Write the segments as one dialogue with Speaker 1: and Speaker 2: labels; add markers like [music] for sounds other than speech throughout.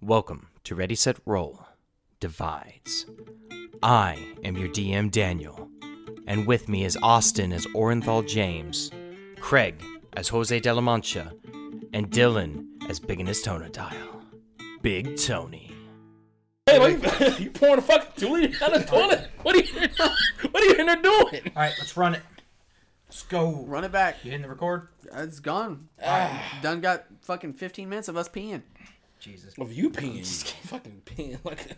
Speaker 1: Welcome to Ready Set Roll Divides. I am your DM Daniel, and with me is Austin as Orenthal James, Craig as Jose de la Mancha, and Dylan as Big in his Tonadile. Big Tony.
Speaker 2: Hey, what you, [laughs] you pouring a fucking two liter down the toilet? What are you? [laughs] What are you in there doing?
Speaker 3: All right, let's run it. Let's go.
Speaker 4: Run it back.
Speaker 3: You hitting the record?
Speaker 4: It's gone. Done got fucking 15 minutes of us peeing.
Speaker 3: Jesus.
Speaker 2: Of you peeing? Fucking peeing like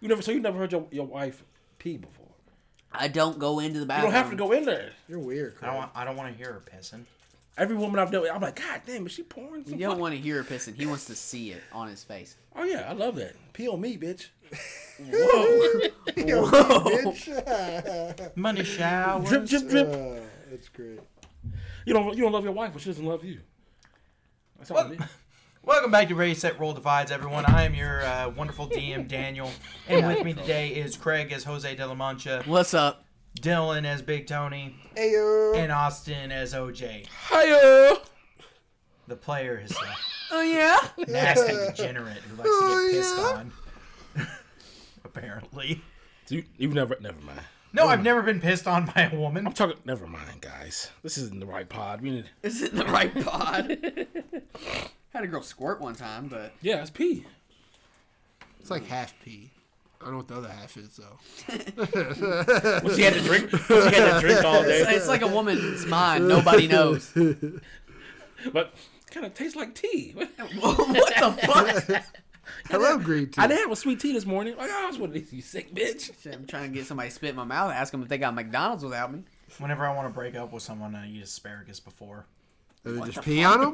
Speaker 2: you never. So you never heard your, your wife pee before.
Speaker 4: I don't go into the
Speaker 2: You
Speaker 4: bathroom.
Speaker 2: don't have to go in there.
Speaker 5: You're weird.
Speaker 3: I don't want. I don't want to hear her pissing.
Speaker 2: Every woman I've dealt with, I'm like, God damn, is she pouring? Some
Speaker 4: You don't
Speaker 2: fuck-"
Speaker 4: want to hear her pissing. He wants to see it on his face.
Speaker 2: Oh yeah, I love that. Pee on me, bitch.
Speaker 5: You're weird, bitch.
Speaker 3: Money showers.
Speaker 2: Drip, drip, drip.
Speaker 5: Uh, that's great.
Speaker 2: You don't. You don't love your wife, but she doesn't love you. That's all
Speaker 3: What?
Speaker 2: it is.
Speaker 3: [laughs] Welcome back to Ready Set Roll Divides, everyone. I am your uh, wonderful DM Daniel, and with me today is Craig as Jose de la Mancha,
Speaker 4: What's up?
Speaker 3: Dylan as Big Tony,
Speaker 5: Ayo.
Speaker 3: and Austin as OJ.
Speaker 2: Hiya.
Speaker 3: The player is a
Speaker 4: Oh, yeah?
Speaker 3: nasty degenerate who likes to get pissed on. [laughs] Apparently.
Speaker 2: So you, you've never. Never mind.
Speaker 3: No, I've never been pissed on by a woman.
Speaker 2: I'm talking. Never mind, guys. This isn't the right pod. We need.
Speaker 4: [laughs] Is it in the right pod? [laughs] Had a girl squirt one time, but
Speaker 2: Yeah, it's pee.
Speaker 5: It's like half pee. I don't know what the other half is though.
Speaker 2: What she had to drink? What she had to drink all day?
Speaker 4: it's, it's like a woman's mind. Nobody [laughs] knows. what
Speaker 2: But kind of tastes like tea.
Speaker 4: the fuck?
Speaker 5: I love green tea.
Speaker 2: I didn't have a sweet tea this morning. Like, oh, that's what it is. You sick bitch.
Speaker 4: Shit, I'm trying to get somebody to spit in my mouth. Ask them if they got McDonald's without me.
Speaker 3: [laughs] Whenever I want to break up with someone, I eat asparagus before.
Speaker 5: Did they just pee on them?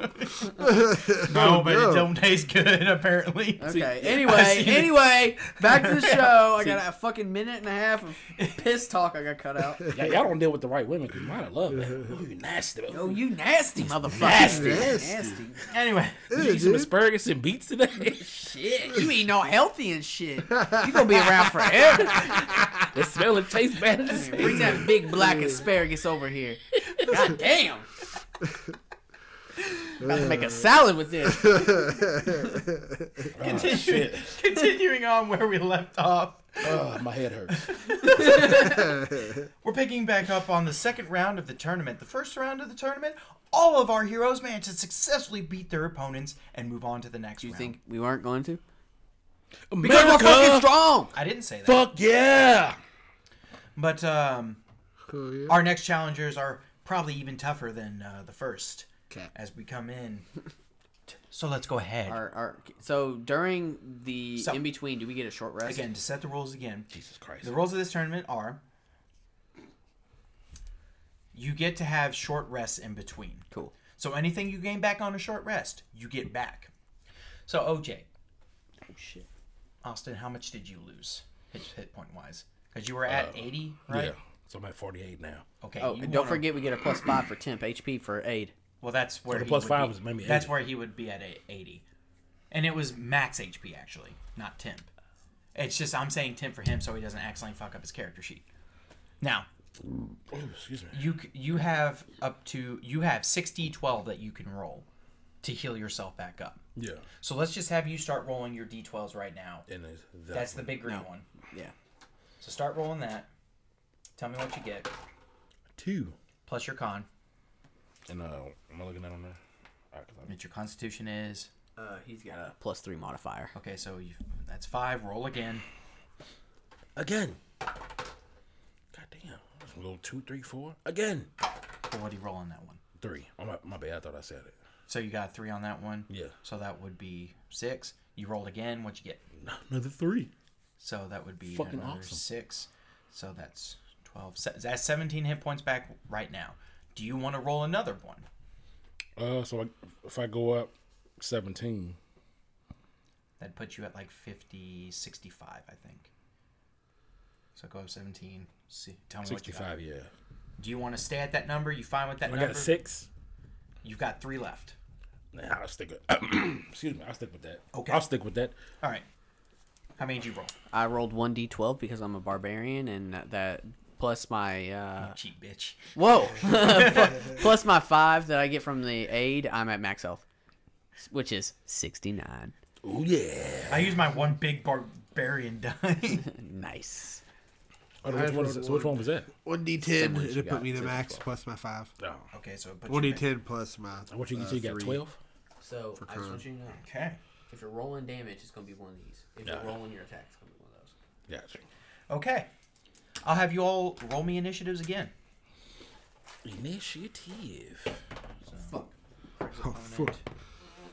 Speaker 3: No, but it don't taste good, apparently.
Speaker 4: Okay.
Speaker 3: I [laughs]
Speaker 4: Anyway,
Speaker 3: seen it.
Speaker 4: anyway, back
Speaker 3: [laughs]
Speaker 4: to the show. I got a fucking minute and a half of piss talk I got cut
Speaker 3: [laughs]
Speaker 4: out.
Speaker 2: Yeah, y'all don't deal with the right women. Cause mine, I love that. Ooh, you nasty.
Speaker 4: Oh, you nasty motherfucker.
Speaker 2: Nasty.
Speaker 4: Nasty.
Speaker 3: Anyway, [laughs]
Speaker 2: Did you eat some asparagus and beets today? [laughs]
Speaker 4: Shit. [laughs] You ain't no healthy and shit. You gonna be around forever.
Speaker 2: the smell and taste bad.
Speaker 4: [laughs] Bring that big black asparagus over here. God damn. About to make a salad with this.
Speaker 3: continue, continuing on where we left off,
Speaker 2: Oh, my head hurts.
Speaker 3: we're picking back up on the second round of the tournament. The first round of the tournament, all of our heroes managed to successfully beat their opponents and move on to the next
Speaker 4: You
Speaker 3: round.
Speaker 4: think we weren't going to? Because we're fucking
Speaker 2: [laughs] America,
Speaker 4: strong.
Speaker 3: I didn't say that.
Speaker 2: fuck yeah.
Speaker 3: But um,
Speaker 5: Oh, yeah.
Speaker 3: our next challengers are probably even tougher than uh, the first
Speaker 5: Okay.
Speaker 3: as we come in. [laughs] So let's go ahead.
Speaker 4: Our, our, so during the
Speaker 3: So-
Speaker 4: in between, do we get a short rest?
Speaker 3: Again, to set the rules again.
Speaker 2: Jesus Christ.
Speaker 3: The rules of this tournament are you get to have short rests in between.
Speaker 4: Cool.
Speaker 3: So anything you gain back on a short rest, you get back. So OJ,
Speaker 4: Oh, shit.
Speaker 3: Austin, how much did you lose hit, hit point wise? Because you were at 80, right?
Speaker 2: Uh, Yeah. So I'm at 48 now.
Speaker 3: Okay.
Speaker 4: Oh,
Speaker 3: you
Speaker 4: and don't
Speaker 3: wanna-
Speaker 4: forget we get a plus five for temp HP for aid.
Speaker 3: Well, that's where
Speaker 2: the
Speaker 3: he
Speaker 2: plus
Speaker 3: would
Speaker 2: five
Speaker 3: be-
Speaker 2: was maybe
Speaker 3: That's
Speaker 2: 80.
Speaker 3: where he would be at a- 80, and it was max HP actually, not temp. It's just I'm saying temp for him so he doesn't accidentally fuck up his character sheet. Now,
Speaker 2: Oh, excuse me.
Speaker 3: you c- you have up to you have 60 12 that you can roll to heal yourself back up
Speaker 2: Yeah.
Speaker 3: so let's just have you start rolling your d12s right now
Speaker 2: And it's that
Speaker 3: that's the
Speaker 2: one.
Speaker 3: big green one
Speaker 4: Yeah.
Speaker 3: so start rolling that tell me what you get
Speaker 2: two.
Speaker 3: plus your con
Speaker 2: And uh, am I looking at on there? All right, 'cause I'm-
Speaker 3: what your constitution is
Speaker 4: Uh, he's got a plus three modifier.
Speaker 3: okay so you that's five roll again
Speaker 2: Again. God damn. That's a little two, three, four. Again.
Speaker 3: Well, what do you roll on that one
Speaker 2: Three. Oh, my, my bad. I thought I said it.
Speaker 3: so you got a three on that one
Speaker 2: Yeah.
Speaker 3: so that would be six you rolled again what you get
Speaker 2: No, another three.
Speaker 3: So that would be
Speaker 2: Fucking
Speaker 3: another
Speaker 2: awesome.
Speaker 3: six. So that's twelve. Se- That's seventeen hit points back right now. Do you want to roll another one?
Speaker 2: Uh, so I, if I go up 17,
Speaker 3: That puts you at like 50, 65, I think. So go up seventeen. See, tell me what
Speaker 2: 65,
Speaker 3: you
Speaker 2: yeah.
Speaker 3: got. Do you want to stay at that number? You fine with
Speaker 2: I
Speaker 3: that number?
Speaker 2: got six.
Speaker 3: You've got three left.
Speaker 2: Nah, I'll stick with. [coughs] excuse me, I'll stick with that.
Speaker 3: Okay.
Speaker 2: I'll stick with that.
Speaker 3: All right. How many did you roll?
Speaker 4: I rolled one d12 because I'm a barbarian, and that plus my uh,
Speaker 3: Cheap bitch.
Speaker 4: whoa, [laughs] plus my five that I get from the aid, I'm at max health, which is 69.
Speaker 2: Oh yeah.
Speaker 3: I use my one big barbarian [laughs] die.
Speaker 4: Nice.
Speaker 2: I don't know, Oh, which, one is, so which one was that?
Speaker 5: One D ten.
Speaker 4: Someone should
Speaker 5: It put
Speaker 4: got
Speaker 5: me to
Speaker 4: six,
Speaker 5: max
Speaker 4: twelve.
Speaker 5: plus my five.
Speaker 2: Oh.
Speaker 3: okay, so but
Speaker 5: One D ten plus my.
Speaker 2: I want you to
Speaker 5: uh,
Speaker 2: say you got
Speaker 5: three.
Speaker 2: twelve.
Speaker 6: So I just want you to know,
Speaker 3: Okay.
Speaker 6: if you're rolling damage, it's gonna be one of these. If
Speaker 2: Yeah.
Speaker 6: you're rolling your attack, it's gonna be one of those.
Speaker 2: Gotcha.
Speaker 3: Okay. I'll have you all roll me initiatives again.
Speaker 2: Initiative.
Speaker 4: Fuck.
Speaker 5: Oh, fuck.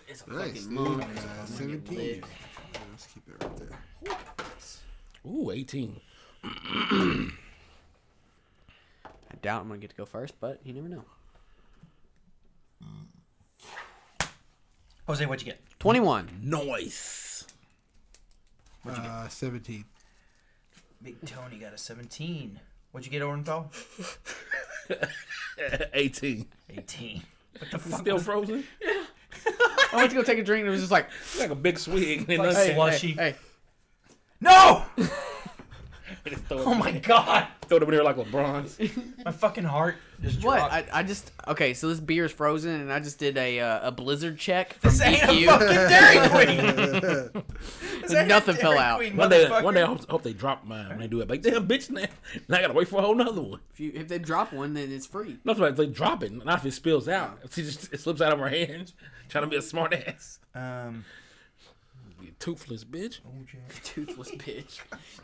Speaker 6: It's a
Speaker 5: Nice.
Speaker 6: fucking
Speaker 5: dude.
Speaker 6: moon.
Speaker 5: Uh,
Speaker 6: It's gonna get
Speaker 5: Seventeen.
Speaker 6: lit.
Speaker 5: Yeah, Let's keep it right there.
Speaker 2: Ooh, eighteen.
Speaker 4: I doubt I'm gonna get to go first, but you never know.
Speaker 3: Jose, what'd you get?
Speaker 4: Twenty-one.
Speaker 2: Nice.
Speaker 5: Uh, [laughs] Seventeen.
Speaker 3: Big Tony got a 17. What'd you get, Orenthal?
Speaker 2: [laughs] eighteen.
Speaker 3: 18. What the fuck?
Speaker 2: Still frozen?
Speaker 4: I went to go take a drink and it was just
Speaker 3: [laughs]
Speaker 4: like,
Speaker 2: It's like a big swig. And
Speaker 4: hey,
Speaker 2: then
Speaker 4: hey,
Speaker 3: slushy.
Speaker 4: Hey,
Speaker 3: No!
Speaker 2: [laughs] just throw, it,
Speaker 3: Oh my god!
Speaker 2: throw it over there like LeBron.
Speaker 3: My fucking heart just
Speaker 4: what?
Speaker 3: dropped.
Speaker 4: I, I just okay. So this beer is frozen, and I just did a uh, a blizzard check. From
Speaker 3: this ain't a
Speaker 4: DQ.
Speaker 3: fucking
Speaker 4: [laughs]
Speaker 3: Dairy Queen! This ain't a
Speaker 4: Nothing fell
Speaker 3: Dairy
Speaker 4: out.
Speaker 3: Queen,
Speaker 2: One day,
Speaker 3: motherfucker.
Speaker 2: one day I hope, hope they drop mine when they do it. Like, damn, bitch, now, now I gotta wait for a whole nother one.
Speaker 4: If you if they drop one, then it's free. [laughs]
Speaker 2: Not like they drop it, not if it spills out. If she just it slips out of her hands, [laughs] trying to be a smart ass.
Speaker 3: Um,
Speaker 2: You toothless bitch.
Speaker 4: Toothless bitch.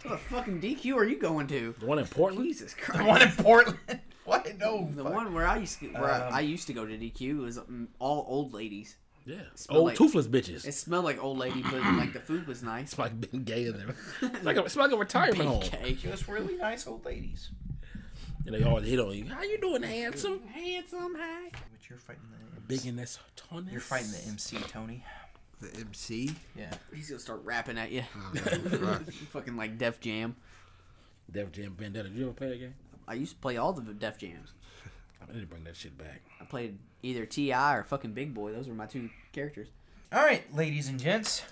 Speaker 4: what a fucking DQ are you going to?
Speaker 2: The one in Portland?
Speaker 4: Jesus
Speaker 3: the
Speaker 4: Christ.
Speaker 3: one in Portland. [laughs] What? No.
Speaker 4: The
Speaker 3: fuck.
Speaker 4: one where I used to where I-
Speaker 3: Um,
Speaker 4: I used to go to DQ was mm, all old ladies.
Speaker 2: Yeah.
Speaker 4: Smell
Speaker 2: Old
Speaker 4: like-
Speaker 2: toothless bitches. [laughs]
Speaker 4: It
Speaker 2: It's
Speaker 4: smelled like old lady, [clears throat] but like the food was nice.
Speaker 2: like being gay in there.
Speaker 4: [laughs]
Speaker 2: It's like a, it's like a retirement home.
Speaker 4: Okay.
Speaker 3: Just really nice old ladies.
Speaker 2: And they always hit on you. How you doing, handsome?
Speaker 4: Handsome, hey.
Speaker 3: But you're fighting the.
Speaker 2: Big in this tonus.
Speaker 3: You're fighting the MC, Tony.
Speaker 5: The MC.
Speaker 3: Yeah.
Speaker 4: He's gonna start rapping [sighs] at you,
Speaker 5: Oh, fuck.
Speaker 4: fucking like Def Jam.
Speaker 2: Def Jam Vendetta. Did you ever play that game?
Speaker 4: I used to play all the Def Jams.
Speaker 2: I need to bring that shit back.
Speaker 4: I played either Ti or fucking Big Boy. Those were my two characters.
Speaker 3: All right, ladies and gents.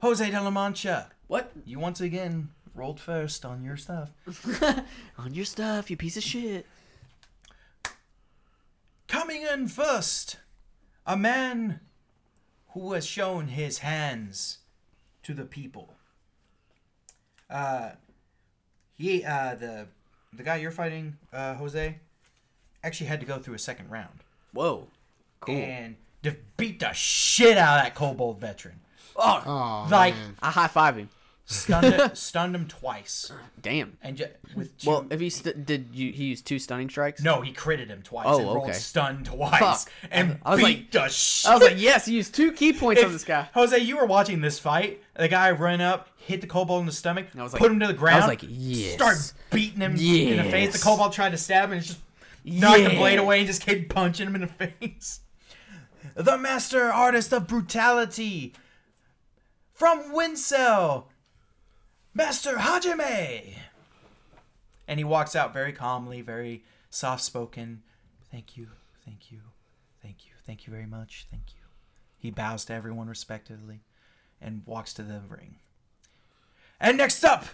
Speaker 3: Jose de la Mancha,
Speaker 4: What
Speaker 3: you once again rolled first on your stuff.
Speaker 4: on your stuff, you piece of shit?
Speaker 3: Coming in first, a man who has shown his hands to the people. Uh, he, uh, the the guy you're fighting, uh, Jose, actually had to go through a second round
Speaker 4: Whoa. Cool.
Speaker 3: and de- beat the shit out of that kobold veteran. Oh,
Speaker 5: Oh,
Speaker 3: Like-
Speaker 5: man.
Speaker 4: I high five him.
Speaker 3: stunned,
Speaker 4: [laughs]
Speaker 3: it, stunned him twice,
Speaker 4: Damn.
Speaker 3: and ju- with two,
Speaker 4: Well, if he st- did, you he used two stunning strikes.
Speaker 3: No, he critted him twice
Speaker 4: Oh,
Speaker 3: and rolled
Speaker 4: okay.
Speaker 3: stun twice
Speaker 4: Fuck.
Speaker 3: and
Speaker 4: I was
Speaker 3: beat
Speaker 4: like-
Speaker 3: the shit.
Speaker 4: I was like, yes, he used two key points on this guy.
Speaker 3: Jose, you were watching this fight. The guy ran up, hit the kobold in the stomach,
Speaker 4: I was
Speaker 3: put
Speaker 4: like-
Speaker 3: him to the
Speaker 4: I
Speaker 3: ground.
Speaker 4: was like, yes.
Speaker 3: start beating him in the face. The
Speaker 4: Yes.
Speaker 3: kobold tried to stab him and just knocked the blade
Speaker 4: Yes.
Speaker 3: away and just kept punching him in the face. The master artist of brutality from Winsell, Master Hajime. And he walks out very calmly, very soft spoken. Thank you, thank you, thank you, thank you very much, thank you. He bows to everyone respectively and walks to the ring. And next up,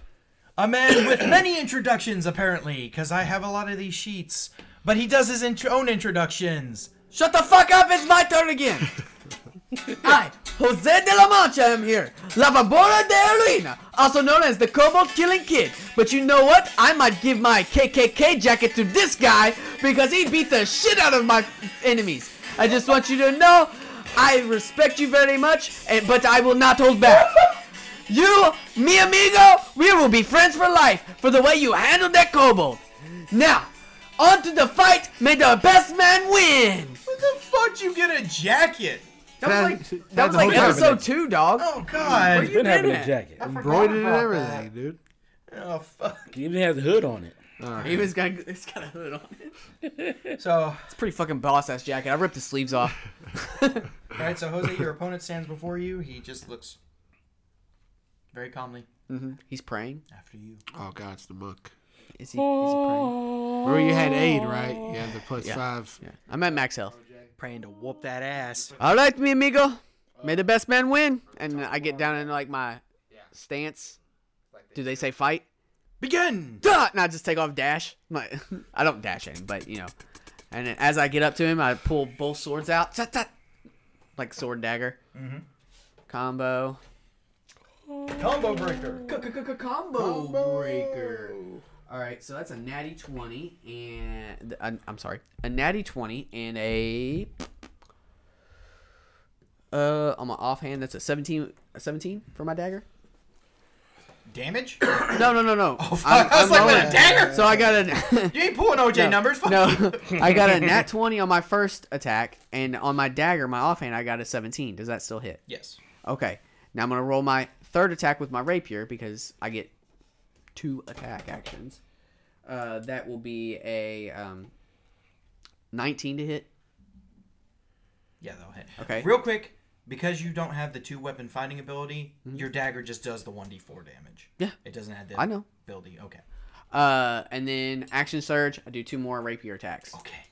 Speaker 3: a man with many introductions, apparently, because I have a lot of these sheets. But he does his intro- own introductions.
Speaker 4: Shut the fuck up! It's my turn again. I, Jose de la Mancha, am here. La Vabora de Arena, also known as the Cobalt Killing Kid. But you know what? I might give my KKK jacket to this guy because he beat the shit out of my enemies. I just want you to know, I respect you very much, and but I will not hold back. You, mi amigo, we will be friends for life for the way you handled that kobold. Now, on to the fight. May the best man win.
Speaker 3: Where the fuck you get a jacket?
Speaker 4: That was like that
Speaker 5: That's
Speaker 4: was
Speaker 5: the
Speaker 4: like
Speaker 5: whole time.
Speaker 4: episode two, dog.
Speaker 3: Oh god.
Speaker 4: What are you
Speaker 2: Been having
Speaker 4: doing?
Speaker 2: a jacket.
Speaker 5: Embroidered and everything, dude.
Speaker 3: Oh fuck.
Speaker 2: He even has a hood on it.
Speaker 4: He was got it's got a hood on it.
Speaker 3: So,
Speaker 4: It's a pretty fucking boss ass jacket. I ripped the sleeves off.
Speaker 3: alright, so Jose, your opponent stands before you. He just looks very calmly
Speaker 4: He's praying.
Speaker 3: after you.
Speaker 5: Oh God, it's the monk.
Speaker 4: Is he? Is he praying?
Speaker 5: Remember you had aid, right? You had the plus five.
Speaker 4: Yeah. I'm at max health.
Speaker 3: Praying to whoop that ass.
Speaker 4: All right, mi amigo. May the best man win. And I get down into like my stance. Do they say fight?
Speaker 3: Begin!
Speaker 4: Duh! And I just take off dash. My, [laughs] I don't dash at him, but you know. And then as I get up to him, I pull both swords out. Tut, tut. like sword dagger. Combo.
Speaker 3: Combo breaker.
Speaker 4: Combo, combo breaker. All right, so that's a natty twenty and uh, I'm sorry, a natty twenty and a uh on my offhand that's a seventeen, a seventeen for my dagger.
Speaker 3: Damage?
Speaker 4: No, no, no, no.
Speaker 3: Oh, fuck, I was like, with a dagger?
Speaker 4: So I got
Speaker 3: [laughs]
Speaker 4: a
Speaker 3: You ain't pulling OJ
Speaker 4: no,
Speaker 3: numbers.
Speaker 4: [laughs]
Speaker 3: Fuck
Speaker 4: no.
Speaker 3: you.
Speaker 4: I got a nat twenty on my first attack, and on my dagger, my offhand, I got a seventeen. Does that still hit?
Speaker 3: Yes.
Speaker 4: Okay. Now I'm gonna roll my third attack with my rapier because I get two attack actions. Uh, that will be a um, 19 to hit.
Speaker 3: Yeah, that'll hit.
Speaker 4: Okay.
Speaker 3: Real quick, because you don't have the two weapon finding ability, your dagger just does the 1d4 damage.
Speaker 4: Mm-hmm. Yeah.
Speaker 3: It doesn't have the
Speaker 4: I know.
Speaker 3: ability. Okay.
Speaker 4: Uh, and then action surge. I do two more rapier attacks.
Speaker 3: Okay.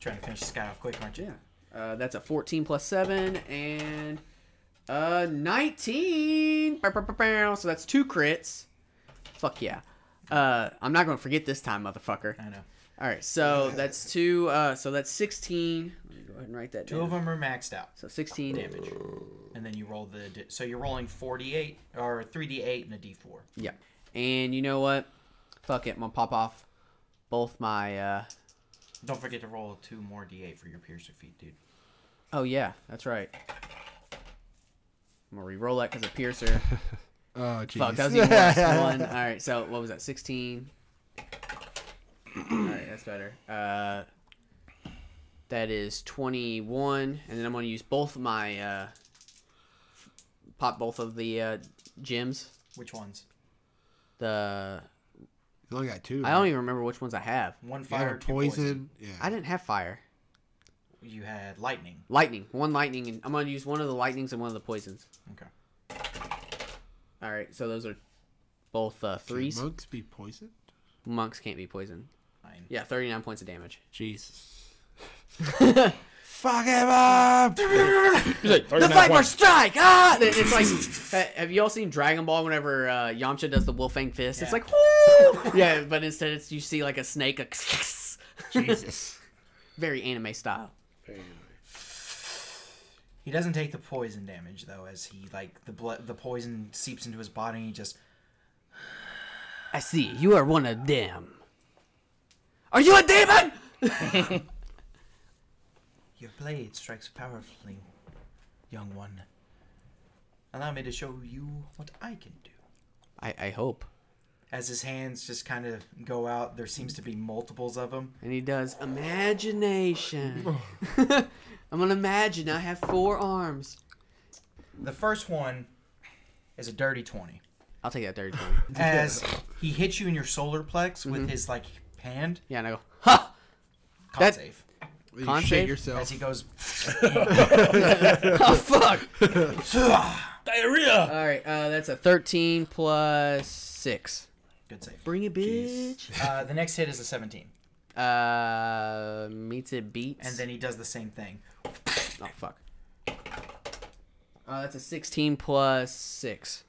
Speaker 3: Trying to finish this guy off quick, aren't you?
Speaker 4: Yeah. Uh, that's a 14 plus seven and uh 19. Bow, bow, bow, bow. So that's two crits. Fuck yeah. Uh, I'm not gonna forget this time, motherfucker.
Speaker 3: I know.
Speaker 4: All right, so that's two. Uh, so that's sixteen. Let me go ahead and write that
Speaker 3: Two
Speaker 4: down.
Speaker 3: of them are maxed out.
Speaker 4: So sixteen
Speaker 3: Damage. And then you roll the. d- So you're rolling 48, or 3d8 and a d4.
Speaker 4: Yeah. And you know what? Fuck it. I'm gonna pop off both my. Uh...
Speaker 3: Don't forget to roll two more d8 for your piercer feet, dude.
Speaker 4: Oh yeah, that's right. I'm gonna re-roll that because of piercer.
Speaker 5: Oh, jeez.
Speaker 4: Fuck, that
Speaker 5: [laughs]
Speaker 4: was even worse. One. All right, so what was that? Sixteen. All right, that's better. Uh, that is twenty-one, and then I'm gonna use both of my uh, pop both of the uh, gems.
Speaker 3: Which ones?
Speaker 4: The
Speaker 5: You only got two.
Speaker 4: I don't even remember which ones I have.
Speaker 3: One
Speaker 5: You had
Speaker 3: fire,
Speaker 5: a
Speaker 3: two poison.
Speaker 5: poison. Yeah.
Speaker 4: I didn't have fire.
Speaker 3: You had lightning.
Speaker 4: Lightning. One lightning, and I'm gonna use one of the lightnings and one of the poisons.
Speaker 3: Okay.
Speaker 4: All right, so those are both uh,
Speaker 5: Can
Speaker 4: threes.
Speaker 5: monks be poisoned?
Speaker 4: Monks can't be poisoned.
Speaker 3: Nine.
Speaker 4: Yeah, 39 points of damage. [laughs]
Speaker 5: Jesus. Fuck him up.
Speaker 4: The Viper Strike! Ah! It- It's like, ha- have you all seen Dragon Ball whenever uh, Yamcha does the Wolfang Fist? It's
Speaker 3: Yeah.
Speaker 4: like, whoo! yeah, but instead it's, you see like a snake, a
Speaker 5: [laughs] Jesus.
Speaker 4: very anime style.
Speaker 3: He doesn't take the poison damage though, as he like the blood, the poison seeps into his body. and He just
Speaker 4: I see, you are one of them. Are you a demon?
Speaker 3: your blade strikes powerfully, young one. Allow me to show you what I can do.
Speaker 4: I, I hope.
Speaker 3: As his hands just kind of go out, there seems to be multiples of them.
Speaker 4: And he does imagination. [laughs] I'm gonna imagine I have four arms.
Speaker 3: The first one is a
Speaker 4: [laughs]
Speaker 3: dirty twenty.
Speaker 4: I'll take that third one.
Speaker 3: As he hits you in your solar plex with
Speaker 4: Mm-hmm.
Speaker 3: his like hand,
Speaker 4: Yeah, and I go, ha!
Speaker 3: con
Speaker 4: That-
Speaker 3: save.
Speaker 5: You
Speaker 4: Con
Speaker 5: shit
Speaker 4: save?
Speaker 5: yourself.
Speaker 3: As he goes,
Speaker 4: Oh, fuck!
Speaker 2: Diarrhea.
Speaker 4: Alright, uh, that's a 13 plus 6.
Speaker 3: good save.
Speaker 4: Bring it, bitch.
Speaker 3: Uh, the next hit is a seventeen,
Speaker 4: Uh, meets it beats.
Speaker 3: and then he does the same thing.
Speaker 4: oh fuck. Uh, that's a 16 plus six.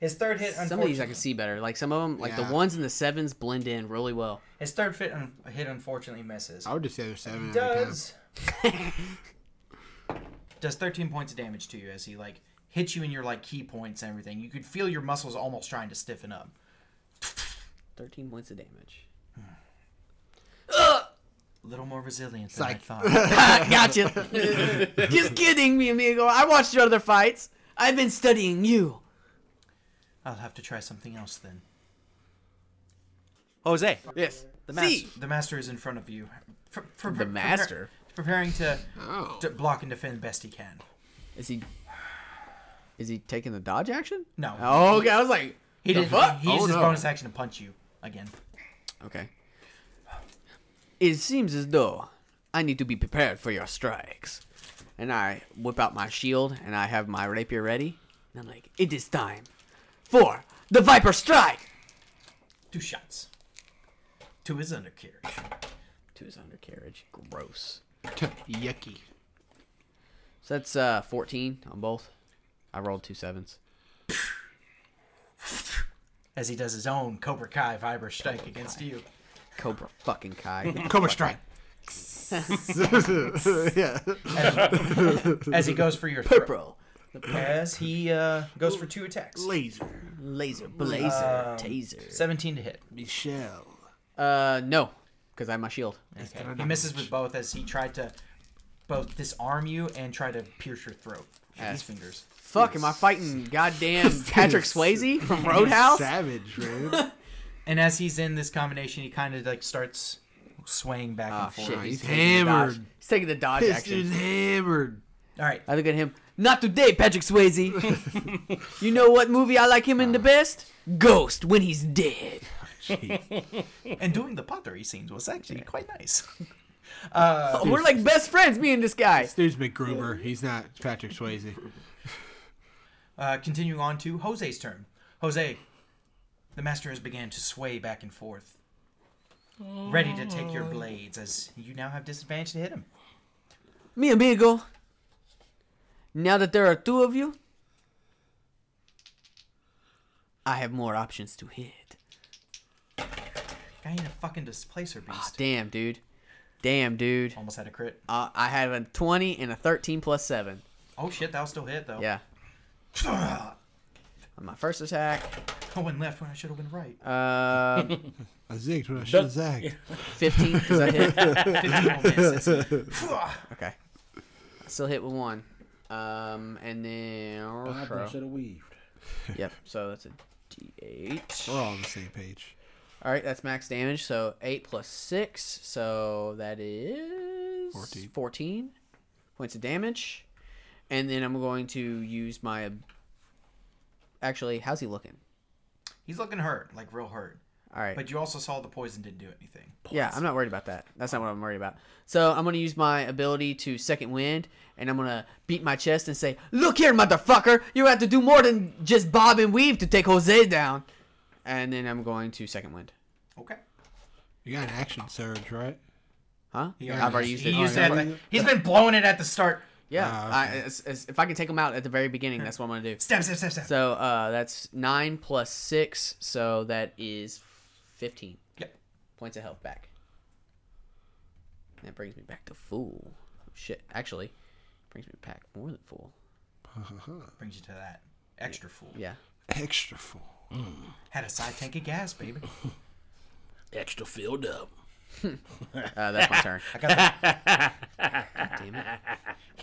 Speaker 3: His third hit,
Speaker 4: Some of these I
Speaker 3: unfortunately-
Speaker 4: can see better. Like some of them, like
Speaker 5: Yeah.
Speaker 4: the ones and the sevens blend in really well.
Speaker 3: His third fit un- hit unfortunately misses.
Speaker 5: I would just say there's seven. every time.
Speaker 3: Does [laughs] does thirteen points of damage to you as he like hits you in your like key points and everything. You could feel your muscles almost trying to stiffen up.
Speaker 4: 13 points of damage.
Speaker 3: A little more resilient than
Speaker 5: Psych.
Speaker 3: I thought.
Speaker 5: [laughs]
Speaker 4: Ah, [laughs] gotcha. Just kidding, me amigo. I watched your other fights. I've been studying you.
Speaker 3: I'll have to try something else then. [laughs]
Speaker 1: Jose,
Speaker 4: Yes.
Speaker 3: The
Speaker 4: See.
Speaker 3: master, the master is in front of you. Pre- pre-
Speaker 4: The
Speaker 3: prepar-
Speaker 4: master?
Speaker 3: preparing to,
Speaker 5: Oh.
Speaker 3: to block and defend best he can.
Speaker 4: Is he? Is he taking the dodge action?
Speaker 3: No.
Speaker 4: Oh, okay. I was like,
Speaker 3: He
Speaker 4: The
Speaker 3: didn't.
Speaker 4: fuck?
Speaker 3: He used
Speaker 5: Oh,
Speaker 3: his
Speaker 5: no.
Speaker 3: bonus action to punch you again.
Speaker 4: Okay. It seems as though I need to be prepared for your strikes. And I whip out my shield and I have my rapier ready. And I'm like, it is time for the Viper Strike!
Speaker 3: Two shots. To his undercarriage.
Speaker 4: To his undercarriage. Gross.
Speaker 5: Yucky.
Speaker 4: So that's uh, 14 on both. I rolled two sevens.
Speaker 3: As he does his own Cobra Kai Viber strike against you.
Speaker 4: Cobra fucking [laughs] Kai.
Speaker 5: Cobra strike. yeah. [laughs]
Speaker 4: [laughs]
Speaker 3: as he goes for your throat.
Speaker 4: Bro.
Speaker 3: As he uh, goes for two attacks.
Speaker 5: Laser.
Speaker 4: Laser, blazer, taser.
Speaker 3: 17 to hit.
Speaker 5: Michelle.
Speaker 4: Uh, no, because I have my shield.
Speaker 3: Okay. He misses with both as he tried to both disarm you and try to pierce your throat with his fingers.
Speaker 4: Fuck, am I fighting [laughs] goddamn Patrick Swayze from Roadhouse? [laughs]
Speaker 5: Savage, man.
Speaker 3: And as he's in this combination, he kind of like starts swaying back and forth.
Speaker 5: Ah, shit. He's
Speaker 4: Oh, taking the dodge.
Speaker 5: hammered.
Speaker 4: He's taking the dodge
Speaker 5: this
Speaker 4: action.
Speaker 5: is hammered.
Speaker 3: All right.
Speaker 4: I look at him. Not today, Patrick Swayze. [laughs] you know what movie I like him in the best? Ghost when he's dead.
Speaker 3: And doing the pottery scenes was actually quite nice. [laughs]
Speaker 4: Oh, we're like best friends, me and this guy.
Speaker 5: This dude's McGruber. He's not Patrick Swayze.
Speaker 3: Uh, continuing on to Jose's turn. Jose, the master has began to sway back and forth, ready to take your blades as you now have disadvantage to hit him.
Speaker 4: Mi amigo. Now that there are two of you, I have more options to hit.
Speaker 3: Guy in a fucking displacer
Speaker 4: Ah,
Speaker 3: beast.
Speaker 4: damn, dude. Damn, dude.
Speaker 3: Almost had a crit.
Speaker 4: Uh, I have a 20 and a 13 plus 7.
Speaker 3: Oh shit, that'll still hit though. [sighs]
Speaker 4: Yeah. On my first attack,
Speaker 3: I went left when I should have been right.
Speaker 4: uh, [laughs]
Speaker 5: I zigged when I should have zagged.
Speaker 4: 15. Does that hit?
Speaker 3: [laughs]
Speaker 4: [laughs]
Speaker 3: Fifteen will miss. It's-
Speaker 4: Okay. I still hit with one. Um, and then.
Speaker 2: Uh, I should have weaved.
Speaker 4: Yep, so that's a D8.
Speaker 5: We're all on the same page.
Speaker 4: All right, that's max damage. So 8 plus 6. So that is
Speaker 5: 14.
Speaker 4: 14 points of damage. And then I'm going to use my. Actually, how's he looking?
Speaker 3: [sighs] He's looking hurt, like real hurt.
Speaker 4: All right.
Speaker 3: But you also saw the poison didn't do anything.
Speaker 4: Yeah, I'm not worried about that. That's not what I'm worried about. So I'm gonna use my ability to second wind, and I'm gonna beat my chest and say, "Look here, motherfucker! You have to do more than just bob and weave to take Jose down." And then I'm going to second wind.
Speaker 3: Okay.
Speaker 5: You got an action surge, right?
Speaker 4: Huh?
Speaker 3: He
Speaker 4: I've already used
Speaker 3: he
Speaker 4: it.
Speaker 3: Used it at the, he's been blowing it at the start.
Speaker 4: yeah.
Speaker 5: Ah,
Speaker 4: I, it's- it's- if I can take him out at the very beginning, that's what I'm gonna do.
Speaker 3: Step, step, step, step.
Speaker 4: So uh, that's nine plus six, so that is fifteen
Speaker 3: Yep.
Speaker 4: points of health back. And that brings me back to full. Oh, Shit, actually, brings me back more than full.
Speaker 3: Brings you to that extra fool.
Speaker 4: Yeah.
Speaker 5: Extra full.
Speaker 3: Had a side tank of gas, baby.
Speaker 2: Extra filled up.
Speaker 4: Uh, that's my [laughs] turn.
Speaker 3: I got the
Speaker 4: Damn it.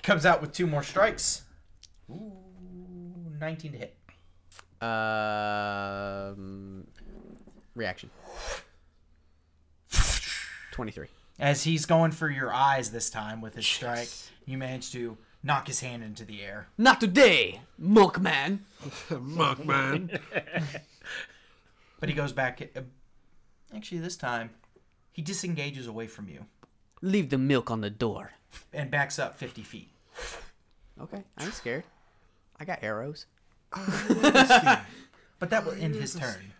Speaker 3: comes out with two more strikes. Ooh, 19 to hit.
Speaker 4: Um, reaction. 23.
Speaker 3: As he's going for your eyes this time with his strike, you manage to knock his hand into the air.
Speaker 4: Not today, monk man.
Speaker 5: Monk man.
Speaker 3: But he goes back. uh, Actually, this time, he disengages away from you
Speaker 4: Leave the milk on the door.
Speaker 3: and backs up 50 feet.
Speaker 4: Okay, I ain't scared. I got arrows.
Speaker 3: But that will end his turn.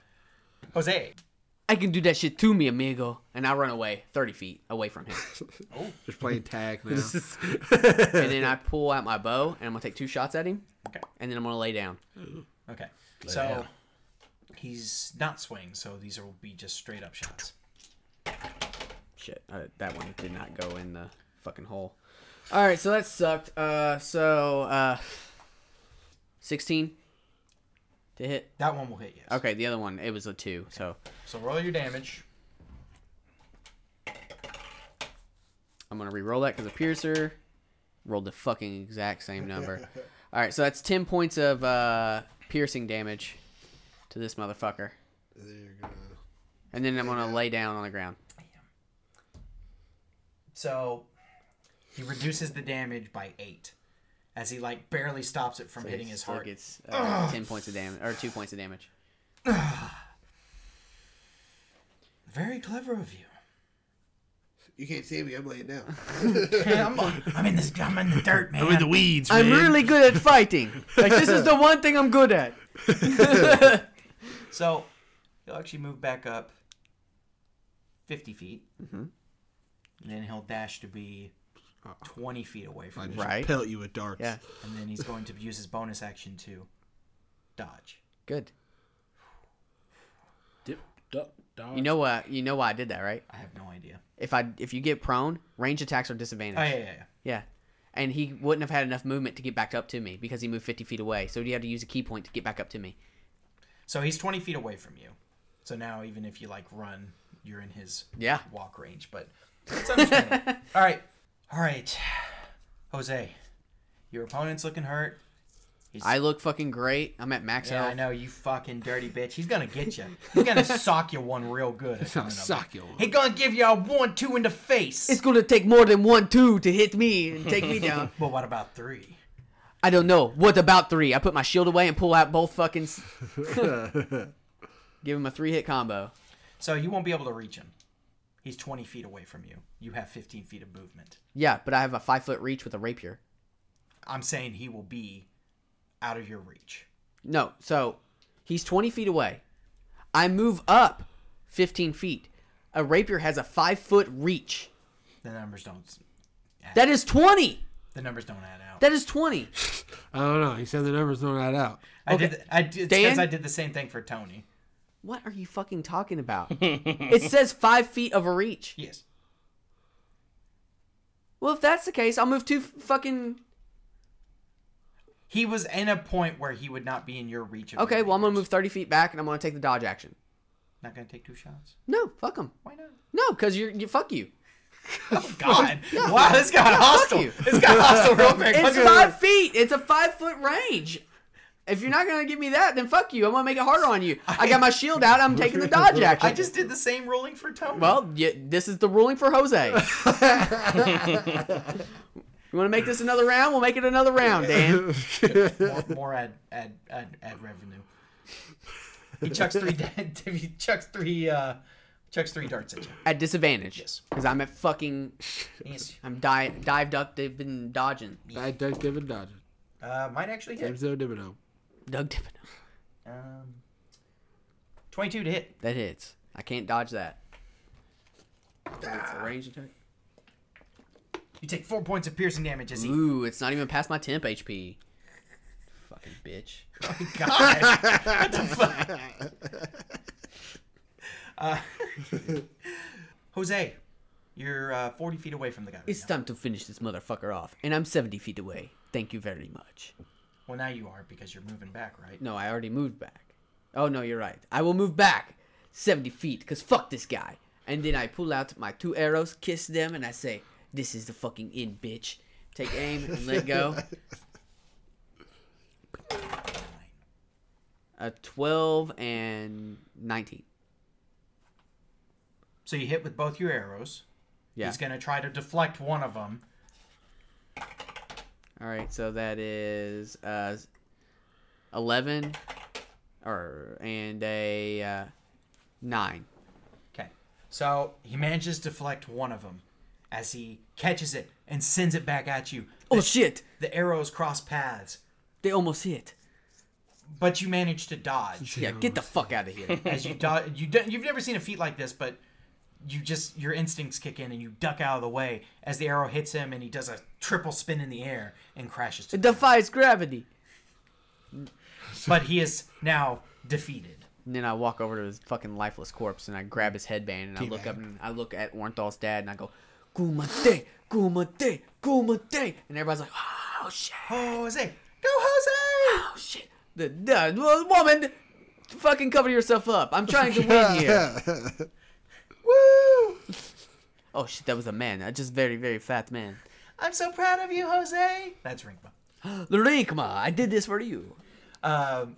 Speaker 3: Jose.
Speaker 4: I can do that shit to me, amigo. And I run away 30 feet away [laughs] from him.
Speaker 5: Just playing tag now.
Speaker 4: and then I pull out my bow and I'm going to take two shots at him.
Speaker 3: Okay.
Speaker 4: And then I'm going to lay down.
Speaker 3: Okay. So he's not swinging, so these will be just straight up shots.
Speaker 4: Shit, uh, that one did not go in the fucking hole. All right, so that sucked. Uh, so uh, sixteen to hit.
Speaker 3: That one will hit you.
Speaker 4: Okay, the other one it was a two. So
Speaker 3: So roll your damage.
Speaker 4: I'm gonna re-roll that because a piercer rolled the fucking exact same
Speaker 5: [laughs]
Speaker 4: number. All right, so that's ten points of uh, piercing damage to this motherfucker,
Speaker 5: There you go.
Speaker 4: and then I'm gonna lay down on the ground.
Speaker 3: So he reduces the damage by eight, as he like barely stops it from hitting his
Speaker 4: Still
Speaker 3: heart.
Speaker 4: gets uh, ten points of damage or two points of damage.
Speaker 3: Very clever of you.
Speaker 5: You can't see me. I'm laying down.
Speaker 3: I'm, I'm in this. I'm in the dirt, man.
Speaker 5: the weeds,
Speaker 4: I'm really good at fighting. Like this
Speaker 5: [laughs]
Speaker 4: is the one thing I'm good at.
Speaker 3: So he'll actually move back up fifty feet, and then he'll dash to be twenty feet away
Speaker 5: I
Speaker 3: from
Speaker 5: just
Speaker 3: you,
Speaker 4: Right.
Speaker 5: pelt you with darts.
Speaker 4: Yeah,
Speaker 3: and then he's going to use his bonus action to dodge.
Speaker 4: good.
Speaker 2: Dip, duck, dog.
Speaker 4: You know what? You know why I did that, right?
Speaker 3: I have no idea.
Speaker 4: If I if you get prone, range attacks are
Speaker 3: Oh
Speaker 4: disadvantaged.
Speaker 3: yeah, yeah, yeah.
Speaker 4: yeah. and he wouldn't have had enough movement to get back up to me because he moved 50 feet away. So he had to use a key point to get back up to me.
Speaker 3: So he's 20 feet away from you. So now, even if you like run, you're in his
Speaker 4: Yeah.
Speaker 3: walk range. But it's understandable. all right, all right, Jose, your opponent's looking hurt.
Speaker 4: I look fucking great. I'm at max
Speaker 3: Yeah,
Speaker 4: health.
Speaker 3: I know you fucking dirty bitch. He's gonna get you.
Speaker 4: [laughs]
Speaker 3: He's gonna sock you one real good. He's
Speaker 5: I'll sock you.
Speaker 3: He gonna give you a one two in the face.
Speaker 4: It's gonna take more than one two to hit me and take me
Speaker 3: [laughs]
Speaker 4: down.
Speaker 3: but what about three?
Speaker 4: I don't know. What about three? I put my shield away and pull out both fucking.
Speaker 3: [laughs]
Speaker 4: s- Give him a three hit combo.
Speaker 3: So you won't be able to reach him. He's 20 feet away from you. You have 15 feet of movement.
Speaker 4: Yeah, but I have a five foot reach with a rapier.
Speaker 3: I'm saying he will be out of your reach.
Speaker 4: No, so he's 20 feet away. I move up 15 feet. A rapier has a five foot reach.
Speaker 3: The numbers don't.
Speaker 4: That is 20.
Speaker 3: The numbers don't add out.
Speaker 4: That is 20.
Speaker 5: I don't know. He said the numbers don't add out.
Speaker 3: I did. I did because
Speaker 4: Dan?
Speaker 3: I did the same thing for Tony.
Speaker 4: What are you fucking talking
Speaker 3: [laughs]
Speaker 4: about? it says five feet of a reach.
Speaker 3: Yes.
Speaker 4: Well, if that's the case, I'll move two f- fucking.
Speaker 3: He was in a point where he would not be in your reach. of
Speaker 4: Okay,
Speaker 3: your
Speaker 4: well, I'm gonna
Speaker 3: neighbors.
Speaker 4: move 30 feet back and I'm gonna take the dodge action.
Speaker 3: Not gonna take two shots.
Speaker 4: No, fuck him.
Speaker 3: Why not?
Speaker 4: No, because you're. You, fuck you.
Speaker 3: [laughs] God, wow, this got hostile.
Speaker 4: you.
Speaker 3: This got hostile real quick. Look
Speaker 4: It's
Speaker 3: at
Speaker 4: five feet. It's a five foot range. If you're not gonna give me that, then fuck you. I'm gonna make it harder on you. I got my shield out. I'm taking the dodge action.
Speaker 3: I just did the same ruling for Tony.
Speaker 4: Well, yeah, this is the ruling for
Speaker 3: [laughs]
Speaker 4: Jose. you want to make this another round? We'll make it another round,
Speaker 3: [laughs]
Speaker 4: Dan.
Speaker 3: more, more ad, ad, ad, ad revenue. He chucks three. [laughs] dead- he chucks three. Uh, chucks three darts at you.
Speaker 4: At disadvantage.
Speaker 3: Yes.
Speaker 4: Because I'm at fucking.
Speaker 3: Yes.
Speaker 4: I'm di- dive duck. They've been dodging.
Speaker 5: I duck David Dodger.
Speaker 3: Uh, might actually hit.
Speaker 5: James O. Dimino.
Speaker 4: Doug Divino.
Speaker 3: Um, Twenty-two to hit.
Speaker 4: That hits. I can't dodge that. It's a range attack.
Speaker 3: You take four points of piercing damage as he
Speaker 4: Ooh, it's not even past my temp HP. Fucking bitch.
Speaker 3: God. [laughs] what the fuck? Uh, [laughs] Jose, you're uh, 40 feet away from the guy. Right
Speaker 4: It's
Speaker 3: now.
Speaker 4: time to finish this motherfucker off. And I'm 70 feet away. Thank you very much.
Speaker 3: Well, now you are because you're moving back, right?
Speaker 4: No, I already moved back. Oh no, you're right. I will move back 70 feet because fuck this guy. And then I pull out my two arrows, kiss them, and I say, This is the fucking end, bitch. Take aim and let go. A 12 and 19.
Speaker 3: So you hit with both your arrows.
Speaker 4: Yeah.
Speaker 3: He's going to try to deflect one of them.
Speaker 4: All right, so that is uh, 11 or and a uh, 9.
Speaker 3: Okay. So he manages to deflect one of them as he catches it and sends it back at you.
Speaker 4: Oh shit!
Speaker 3: The arrows cross paths,
Speaker 4: They almost hit.
Speaker 3: but you manage to dodge.
Speaker 4: Yeah, get the fuck out of here.
Speaker 3: as you do, you do, you've never seen a feat like this, but you just your instincts kick in and you duck out of the way as the arrow hits him and he does a triple spin in the air and crashes to
Speaker 4: It
Speaker 3: the
Speaker 4: defies gravity.
Speaker 3: but he is now defeated. [gasps]
Speaker 4: And then I walk over to his fucking lifeless corpse and I grab his headband and I look up and I look at Ornthal's dad and I go, Gumate, Gumate, Gumate. And everybody's like, oh shit,
Speaker 3: Jose, go Jose!
Speaker 4: [gasps] oh shit. The, the, the woman, fucking cover yourself up. I'm trying to
Speaker 5: [laughs]
Speaker 4: win here.
Speaker 3: Woo!
Speaker 4: oh shit, that was a man. A just very, very fat man.
Speaker 3: I'm so proud of you, Jose. That's Rinkma.
Speaker 4: Lurikma, I did this for you.
Speaker 3: Um,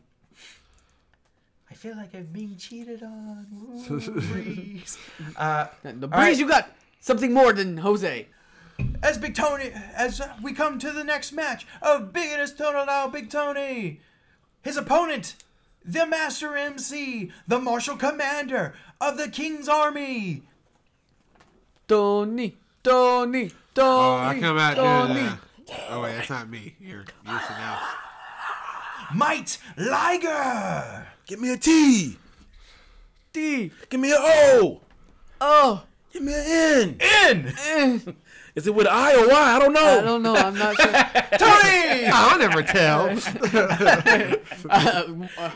Speaker 3: I feel like I'm being cheated on. Woo, Breeze. uh,
Speaker 4: The breeze
Speaker 3: right.
Speaker 4: you got something more than Jose.
Speaker 3: [laughs] as Big Tony, as we come to the next match of Biggest Total Now Big Tony, his opponent, the Master MC, the Marshal Commander of the King's Army.
Speaker 4: Tony, Tony, Tony.
Speaker 5: Oh, I come out
Speaker 4: Tony.
Speaker 5: here. uh, oh wait, that's not me. You're you're something else.
Speaker 3: Might Liger!
Speaker 2: Give me a T.
Speaker 4: D.
Speaker 2: Give me an O.
Speaker 4: Oh.
Speaker 2: Give me an N.
Speaker 3: In!
Speaker 2: Is it with I or Y? I don't know.
Speaker 4: I don't know. I'm not sure.
Speaker 3: [laughs] Tony!
Speaker 5: I'll never tell.
Speaker 4: Uh, uh,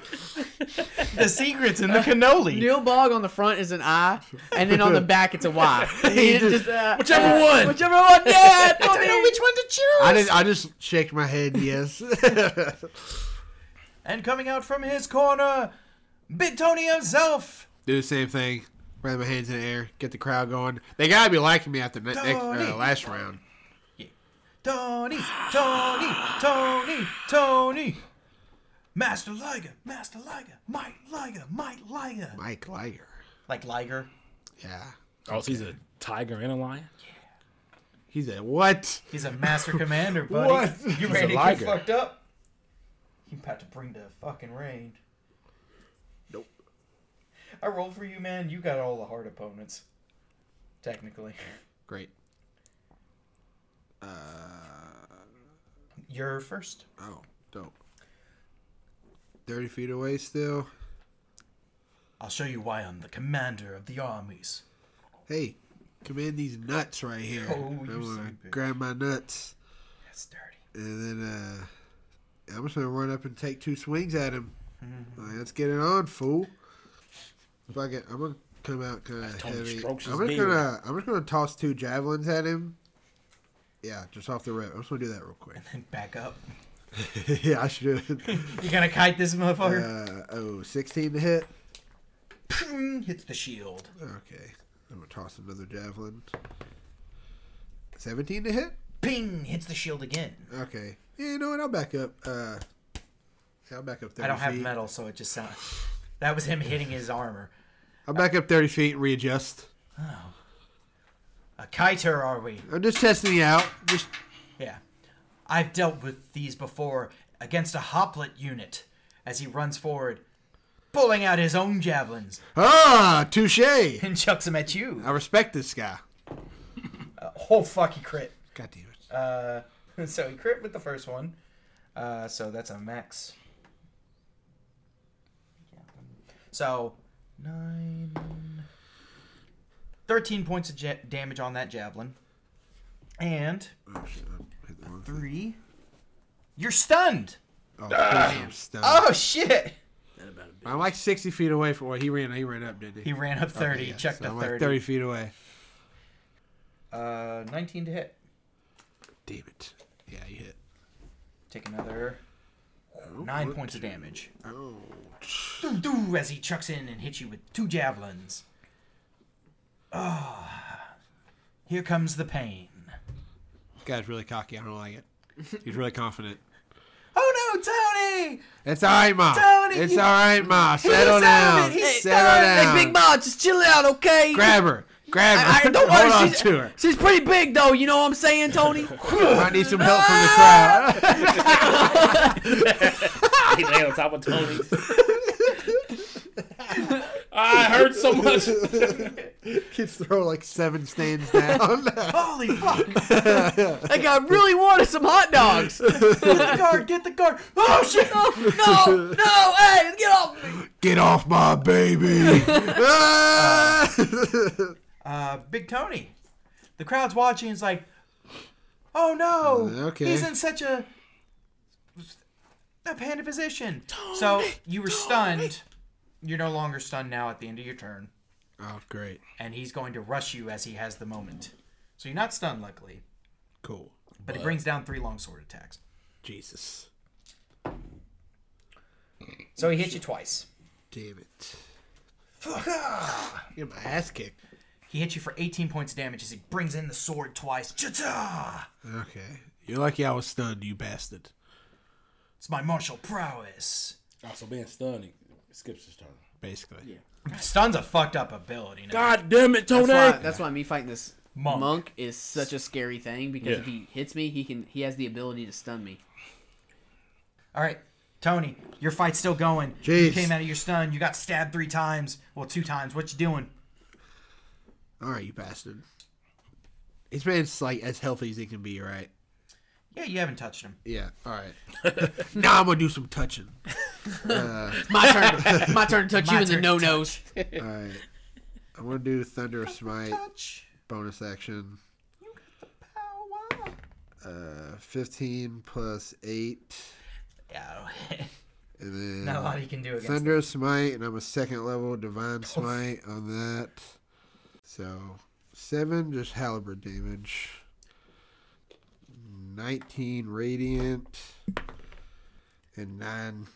Speaker 3: the secret's in the cannoli.
Speaker 4: Neil Bog on the front is an I, and then on the back it's a [laughs] Y. He just, uh,
Speaker 2: Whichever one.
Speaker 4: Whichever one. [laughs] Yeah. I don't know which one.
Speaker 5: [laughs] I, did, I just shake my head, yes. [laughs]
Speaker 3: And coming out from his corner, Big Tony himself.
Speaker 5: Do the same thing. Wrap my hands in the air. Get the crowd going. They gotta be liking me after ne- next,
Speaker 3: Tony.
Speaker 5: uh, last round.
Speaker 3: Tony, Tony, Tony, Tony. Master Liger, Master Liger, Mike Liger, Mike Liger.
Speaker 5: Mike Liger.
Speaker 3: Like Liger?
Speaker 5: Yeah.
Speaker 2: Oh, so he's a tiger and a lion.
Speaker 5: He said, what?
Speaker 3: He's a master commander, buddy.
Speaker 5: What?
Speaker 3: You
Speaker 2: a
Speaker 3: ready to get
Speaker 2: liger.
Speaker 3: fucked up? You about to bring the fucking rain.
Speaker 5: Nope.
Speaker 3: I rolled for you, man. You got all the hard opponents. Technically. [laughs]
Speaker 5: Great. Uh,
Speaker 3: You're first.
Speaker 5: oh, dope. 30 feet away still.
Speaker 3: I'll show you why I'm the commander of the armies.
Speaker 5: Hey, come in these nuts right here.
Speaker 3: Oh,
Speaker 5: I'm
Speaker 3: you
Speaker 5: gonna
Speaker 3: son of a bitch.
Speaker 5: grab my nuts.
Speaker 3: That's dirty.
Speaker 5: And then uh, I'm just going to run up and take two swings at him. Like, let's get it on, fool. If I get, I'm going to come out kind of
Speaker 2: Tony
Speaker 5: heavy. I'm
Speaker 2: strokes
Speaker 5: just
Speaker 2: his
Speaker 5: going
Speaker 2: beard.
Speaker 5: to I'm just going to toss two javelins at him. Yeah, just off the rip. I'm just going to do that real quick. [laughs]
Speaker 3: Back up.
Speaker 5: yeah, I should.
Speaker 3: You gonna kite this motherfucker?
Speaker 5: Uh, oh, 16 to hit.
Speaker 3: Hits the shield.
Speaker 5: Okay. I'm going to toss another javelin. 17 to hit?
Speaker 3: Ping! Hits the shield again.
Speaker 5: Okay. Yeah, you know what? I'll back up. Uh, yeah, I'll back up 30
Speaker 3: I don't have
Speaker 5: feet.
Speaker 3: metal, so it just sounds. That was him hitting his armor.
Speaker 5: I'll back up 30 feet and readjust.
Speaker 3: A kiter, are we?
Speaker 5: I'm just testing you out. Just
Speaker 3: Yeah. I've dealt with these before against a hoplet unit as he runs forward, pulling out his own javelins
Speaker 5: Ah, touche. I
Speaker 3: and chucks them at you.
Speaker 5: respect this guy.
Speaker 3: Oh, fuck, he crit.
Speaker 5: God damn it.
Speaker 3: Uh, [laughs] so he crit with the first one. Uh, so that's a max. So, nine. 13 points of ja- damage on that javelin. And
Speaker 5: Oh, shit. I hit the wrong thing.
Speaker 3: three. You're stunned!
Speaker 5: Oh, damn. Stunned.
Speaker 3: Oh, shit!
Speaker 5: I'm like 60 feet away from where he ran. He ran up, didn't he?
Speaker 3: He ran up 30,
Speaker 5: Okay, yeah,
Speaker 3: checked
Speaker 5: so
Speaker 3: the
Speaker 5: I'm
Speaker 3: 30.
Speaker 5: like 30 feet away.
Speaker 3: Uh, 19 to hit.
Speaker 5: Damn it. Yeah, you hit.
Speaker 3: Take another
Speaker 5: Oh,
Speaker 3: nine
Speaker 5: what?
Speaker 3: points of damage.
Speaker 5: Oh.
Speaker 3: Doo doo as he chucks in and hits you with two javelins. Ah, here comes the pain.
Speaker 5: This guy's really cocky. I don't like it. He's really confident.
Speaker 3: Oh no, Tony!
Speaker 5: It's all right, Ma.
Speaker 3: Tony,
Speaker 5: it's
Speaker 3: he-
Speaker 5: all right, Ma. Settle down.
Speaker 3: stunned. He's
Speaker 5: Settle down.
Speaker 4: Hey, Big Mom, just chill out, okay?
Speaker 5: Grab her. Grab
Speaker 4: I,
Speaker 5: her.
Speaker 4: I, [laughs]
Speaker 5: [laughs]
Speaker 4: don't worry.
Speaker 5: Hold on
Speaker 4: she's,
Speaker 5: to her.
Speaker 4: she's pretty big, though. You know what I'm saying, [laughs] Tony?
Speaker 5: I need some help from
Speaker 4: [laughs]
Speaker 5: the crowd.
Speaker 2: He's laying on top of [laughs] Tony's. I heard so [laughs] much.
Speaker 5: Kids throw like [laughs] seven stands [laughs] down.
Speaker 3: [laughs] Holy fuck!
Speaker 4: like, I really wanted some hot [laughs] dogs.
Speaker 3: Get the guard, get the guard! Oh shit!
Speaker 4: no, no, hey, get off me.
Speaker 5: Get off my baby.
Speaker 4: [laughs]
Speaker 5: Ah!
Speaker 3: Uh, Big Tony. The crowd's watching is like, oh no!
Speaker 5: Uh, okay.
Speaker 3: He's in such a. a panda position. so you were stunned. You're no longer stunned now at the end of your turn.
Speaker 5: [laughs] oh, great.
Speaker 3: and he's going to rush you as he has the moment. So you're not stunned, luckily,
Speaker 5: Cool.
Speaker 3: but it brings down three longsword attacks.
Speaker 5: Jesus.
Speaker 3: So he hits you twice.
Speaker 5: Damn it.
Speaker 4: ah.
Speaker 5: Get my ass kicked.
Speaker 3: He hits you for 18 points of damage as he brings in the sword twice. Cha-cha!
Speaker 5: Okay. You're lucky I was stunned, you bastard.
Speaker 3: It's my martial prowess.
Speaker 2: Also being stunned, he skips his turn.
Speaker 5: Basically.
Speaker 3: Stun's a fucked up ability. Now.
Speaker 2: God damn it, Tony!
Speaker 4: That's why, that's why me fighting this
Speaker 3: Monk.
Speaker 4: monk, is such a scary thing because
Speaker 2: Yeah.
Speaker 4: if he hits me, he can he has the ability to stun me.
Speaker 3: All right, Tony, your fight's still going. You
Speaker 5: Jeez.
Speaker 3: came out of your stun. You got stabbed three times. Well, two times. What you doing?
Speaker 5: All right, you bastard. This man's like as healthy as he can be, right?
Speaker 3: Yeah, you haven't touched him.
Speaker 5: Yeah. All right. [laughs] now I'm gonna do some touching.
Speaker 4: It's my turn. [laughs] my turn to touch
Speaker 3: My
Speaker 4: you in the
Speaker 3: turn to
Speaker 4: no nos.
Speaker 5: All right. I'm gonna do thunder smite
Speaker 3: Touch.
Speaker 5: bonus action. Uh, 15 plus 8.
Speaker 3: Yeah,
Speaker 5: And then
Speaker 3: not a lot he can do against
Speaker 5: Thunder Smite, and I'm a second level Divine Smite on that. So, 7 just halberd damage. 19 Radiant. And 9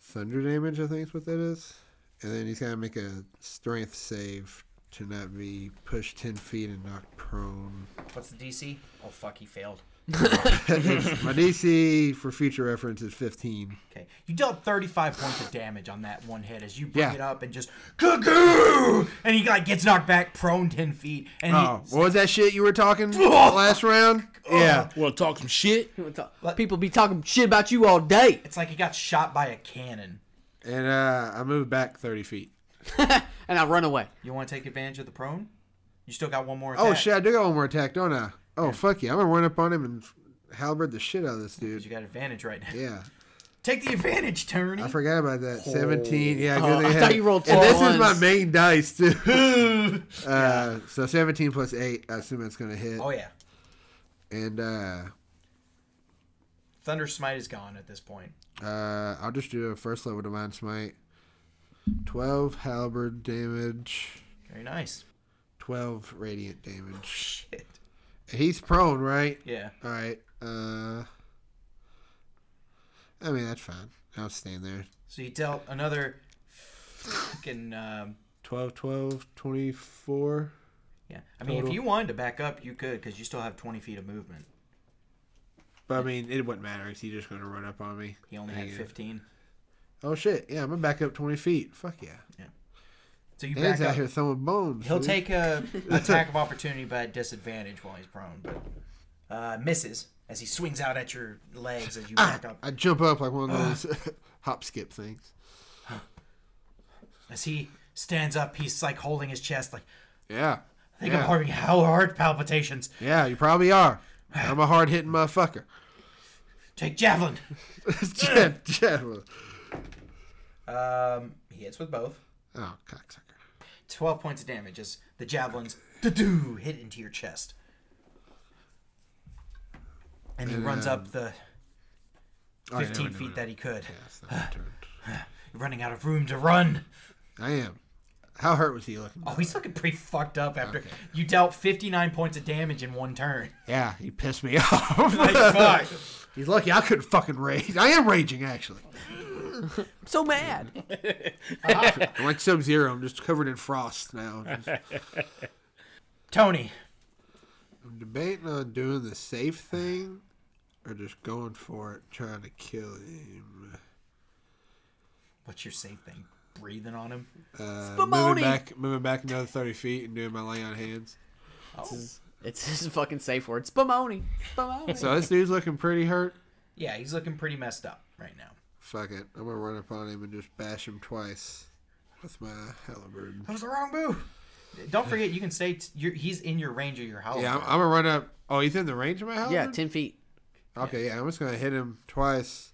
Speaker 5: Thunder damage, I think is what that is. And then he's got to make a Strength save to not be pushed 10 feet and knocked prone.
Speaker 3: What's the DC? Oh fuck, he failed.
Speaker 5: My DC for future reference is 15.
Speaker 3: Okay, you dealt 35 points of damage on that one hit as you bring
Speaker 5: Yeah.
Speaker 3: it up and just cuckoo, and he like gets knocked back, prone 10 feet, and
Speaker 5: Oh,
Speaker 3: he
Speaker 5: what was that shit you were talking last round? Yeah.
Speaker 2: Want to talk some shit?
Speaker 4: People talk- People be talking shit about you all day.
Speaker 3: it's like he got shot by a cannon.
Speaker 5: And uh, I moved back 30 feet.
Speaker 4: And I run away.
Speaker 3: You want to take advantage of the prone? You still got one more. Attack.
Speaker 5: Oh, shit, I do got one more attack, don't I? Oh, fuck yeah. I'm going to run up on him and halberd the shit out of this
Speaker 3: You
Speaker 5: dude.
Speaker 3: got advantage right now. [laughs]
Speaker 5: Yeah.
Speaker 3: Take the advantage, Tony.
Speaker 5: I forgot about that. 17. Yeah,
Speaker 4: Oh,
Speaker 5: good
Speaker 4: I
Speaker 5: thing
Speaker 4: thought
Speaker 5: had-
Speaker 4: you rolled
Speaker 5: And
Speaker 4: four
Speaker 5: this is my
Speaker 4: ones.
Speaker 5: main dice, too. uh, so 17 plus 8. I assume that's going to hit.
Speaker 3: oh yeah,
Speaker 5: And uh,
Speaker 3: Thunder Smite is gone at this point.
Speaker 5: uh, I'll just do a first level Divine Smite. 12 halberd damage.
Speaker 3: Very nice.
Speaker 5: 12 radiant damage.
Speaker 3: Shit.
Speaker 5: He's prone, right?
Speaker 3: Yeah.
Speaker 5: All right. Uh, I mean, that's fine. I'll stand there.
Speaker 3: So you dealt another fucking. Um,
Speaker 5: 12, 12, 24.
Speaker 3: yeah. I mean, if
Speaker 5: Total.
Speaker 3: you wanted to back up, you could because you still have 20 feet of movement.
Speaker 5: But I mean, it wouldn't matter because he's just going to run up on me.
Speaker 3: He only had
Speaker 5: Hang it.
Speaker 3: 15.
Speaker 5: Oh, shit. Yeah, I'm going to back up 20 feet. Fuck yeah.
Speaker 3: So you
Speaker 5: Dan's
Speaker 3: back
Speaker 5: out
Speaker 3: up.
Speaker 5: here throwing bones.
Speaker 3: He'll
Speaker 5: dude.
Speaker 3: take a
Speaker 5: [laughs]
Speaker 3: attack of opportunity by disadvantage while he's prone, but uh, misses as he swings out at your legs as you
Speaker 5: Ah.
Speaker 3: back up.
Speaker 5: I jump up like one of those [laughs] hop skip things.
Speaker 3: As he stands up, he's like holding his chest, like
Speaker 5: Yeah.
Speaker 3: I think
Speaker 5: Yeah.
Speaker 3: I'm having hell heart palpitations.
Speaker 5: Yeah, you probably are. I'm a hard
Speaker 3: [sighs]
Speaker 5: hitting motherfucker. [laughs]
Speaker 3: Take javelin.
Speaker 5: Jab, jab.
Speaker 3: Um, he hits with both.
Speaker 5: Oh, cocksucker.
Speaker 3: 12 points of damage as the javelins doo-doo, hit into your chest. And he runs up
Speaker 5: Um,
Speaker 3: the
Speaker 5: All right, never
Speaker 3: 15
Speaker 5: mind,
Speaker 3: feet
Speaker 5: never mind.
Speaker 3: that he could,
Speaker 5: Yeah, it's not my
Speaker 3: [sighs]
Speaker 5: turn.
Speaker 3: running out of room to run.
Speaker 5: I am. How hurt was he looking?
Speaker 3: Oh, he's looking pretty fucked up after you dealt 59 points of damage in
Speaker 5: [laughs]
Speaker 3: one turn.
Speaker 5: Yeah, he pissed me [laughs] off.
Speaker 3: Like, fuck.
Speaker 5: He's lucky I couldn't fucking rage. I am raging actually.
Speaker 4: [laughs] I'm so mad.
Speaker 5: I'm [laughs] like Sub Zero. I'm just covered in frost now. Just-
Speaker 3: Tony,
Speaker 5: I'm debating on doing the safe thing or just going for it, trying to kill him.
Speaker 3: what's your safe thing? Breathing on him?
Speaker 5: Uh,
Speaker 4: Spumoni!
Speaker 5: moving back, moving back another thirty feet and doing my lay on hands.
Speaker 4: It's [laughs] his fucking safe word. Spumoni. Spumoni.
Speaker 5: So this dude's looking pretty hurt.
Speaker 3: Yeah, he's looking pretty messed up right now.
Speaker 5: Fuck it. I'm gonna run up on him and just bash him twice with my halberd.
Speaker 3: That was the wrong move. Don't forget, you can say t- you're, he's in your range of your house.
Speaker 5: Yeah, I'm, I'm gonna run up. Oh, he's in the range of my halberd.
Speaker 4: yeah, ten feet.
Speaker 5: Okay, yeah, I'm just gonna hit him twice.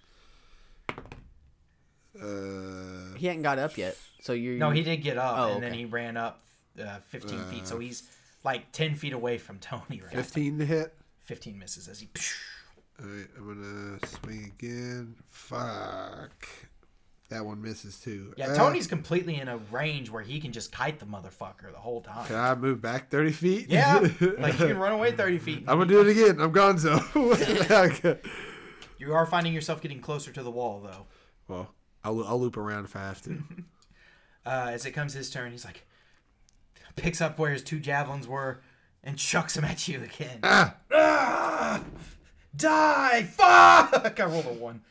Speaker 5: Uh,
Speaker 4: He hadn't got up yet, so you're.
Speaker 3: No, he did get up,
Speaker 4: Oh,
Speaker 3: and then
Speaker 4: okay.
Speaker 3: he ran up uh, 15 feet, so he's like 10 feet away from Tony right now.
Speaker 5: 15 to hit.
Speaker 3: 15 misses as he.
Speaker 5: All right, I'm gonna swing again. Fuck, that one misses too.
Speaker 3: Yeah,
Speaker 5: Uh,
Speaker 3: Tony's completely in a range where he can just kite the motherfucker the whole time.
Speaker 5: Can I move back 30 feet?
Speaker 3: Yeah, like you can run away 30 feet.
Speaker 5: [laughs] I'm gonna do it again. I'm Gonzo. [laughs] Okay.
Speaker 3: You are finding yourself getting closer to the wall, though.
Speaker 5: well, I'll, I'll loop around if I have to.
Speaker 3: Uh, as it comes his turn, he's like, picks up where his two javelins were and chucks them at you again.
Speaker 5: Ah.
Speaker 3: Ah! Die! Fuck! I rolled a one.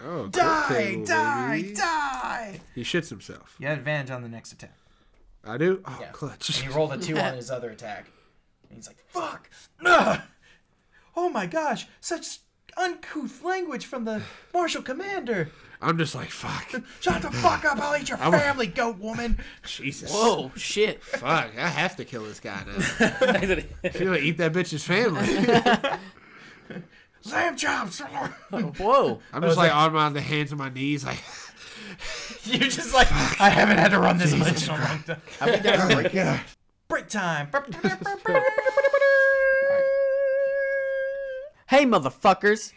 Speaker 5: Oh, quick
Speaker 3: Die!
Speaker 5: table,
Speaker 3: Die!
Speaker 5: baby.
Speaker 3: Die!
Speaker 5: He shits himself.
Speaker 3: You had advantage on the next attack.
Speaker 5: I do. Oh,
Speaker 3: Yeah.
Speaker 5: clutch.
Speaker 3: And he rolled a two [laughs] on his other attack. And he's like, fuck! Ugh! Oh my gosh, such uncouth language from the martial commander!
Speaker 5: I'm just like
Speaker 3: [laughs]
Speaker 5: fuck.
Speaker 3: Shut the fuck up, I'll eat your family, goat woman!
Speaker 5: Jesus.
Speaker 4: Whoa, shit.
Speaker 5: Fuck. I have to kill this guy now. She's gonna eat that bitch's
Speaker 3: [laughs]
Speaker 5: family.
Speaker 3: Lamb chops!
Speaker 4: Whoa.
Speaker 5: I'm just like on my the hands and my knees,
Speaker 3: [laughs]
Speaker 5: like.
Speaker 3: [laughs] You're just like, I haven't had to run this much in a long time.
Speaker 4: I'll be
Speaker 3: Oh,
Speaker 4: down for it.
Speaker 3: Break time!
Speaker 4: Hey, motherfuckers.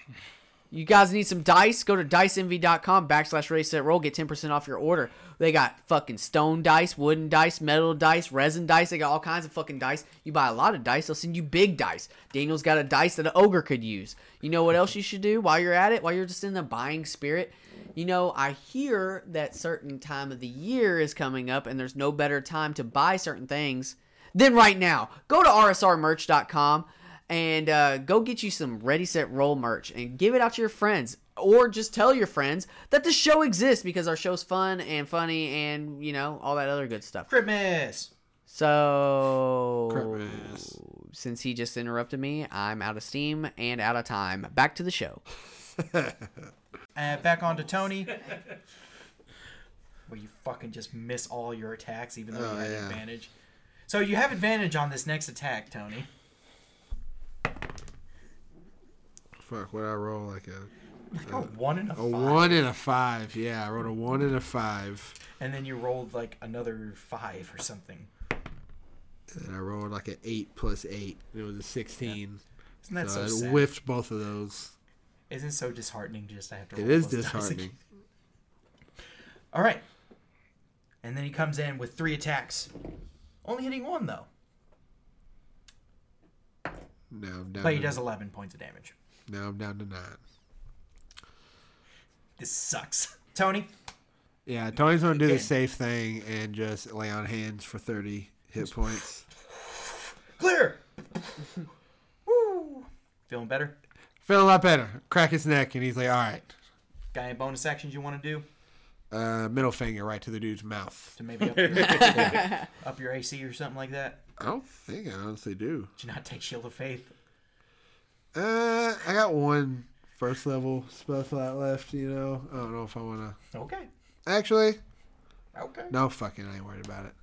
Speaker 4: You guys need some dice? Go to diceenvy.com backslash ready set roll. Get 10% off your order. They got fucking stone dice, wooden dice, metal dice, resin dice. They got all kinds of fucking dice. You buy a lot of dice, they'll send you big dice. Daniel's got a dice that an ogre could use. You know what else you should do while you're at it? While you're just in the buying spirit? You know, I hear that certain time of the year is coming up and there's no better time to buy certain things than right now. Go to rsrmerch.com and uh, go get you some Ready Set Roll merch and give it out to your friends, or just tell your friends that the show exists because our show's fun and funny and you know all that other good stuff.
Speaker 3: Christmas.
Speaker 4: So
Speaker 5: Christmas.
Speaker 4: since he just interrupted me, I'm out of steam and out of time. Back to the show.
Speaker 3: And back on to Tony. Where you fucking just miss all your attacks, even though
Speaker 5: Oh,
Speaker 3: you had
Speaker 5: yeah.
Speaker 3: advantage. So you have advantage on this next attack, Tony.
Speaker 5: Fuck, what I roll like a
Speaker 3: Like a one and a,
Speaker 5: Uh, a
Speaker 3: five.
Speaker 5: one and a five. Yeah, I rolled a one and a five,
Speaker 3: And then you rolled like another five or something.
Speaker 5: and I rolled like an eight plus eight. It was a sixteen.
Speaker 3: Isn't that
Speaker 5: So
Speaker 3: so,
Speaker 5: I
Speaker 3: sad?
Speaker 5: whiffed both of those.
Speaker 3: Isn't it so disheartening to just have to
Speaker 5: It
Speaker 3: roll
Speaker 5: is
Speaker 3: those dice again?
Speaker 5: disheartening.
Speaker 3: All right. And then he comes in with three attacks. Only hitting one, though.
Speaker 5: Now I'm down.
Speaker 3: But he
Speaker 5: to,
Speaker 3: does 11 points of damage.
Speaker 5: Now I'm down to nine.
Speaker 3: This sucks. [laughs] Tony?
Speaker 5: Yeah, Tony's gonna do the
Speaker 3: Again.
Speaker 5: safe thing and just lay on hands for thirty hit points.
Speaker 3: Clear! Woo! [laughs] Feeling better?
Speaker 5: Feel a lot better. Crack his neck, and he's like, "All right."
Speaker 3: Got any bonus actions you want to do
Speaker 5: Uh, middle finger right to the dude's mouth.
Speaker 3: to maybe up your, up your AC or something like that?
Speaker 5: I don't think I honestly do.
Speaker 3: Did you not take Shield of Faith?
Speaker 5: Uh, I got one first level spell slot left. You know, I don't know if I wanna.
Speaker 3: Okay.
Speaker 5: Actually,
Speaker 3: Okay.
Speaker 5: no. Fucking, I ain't worried about it.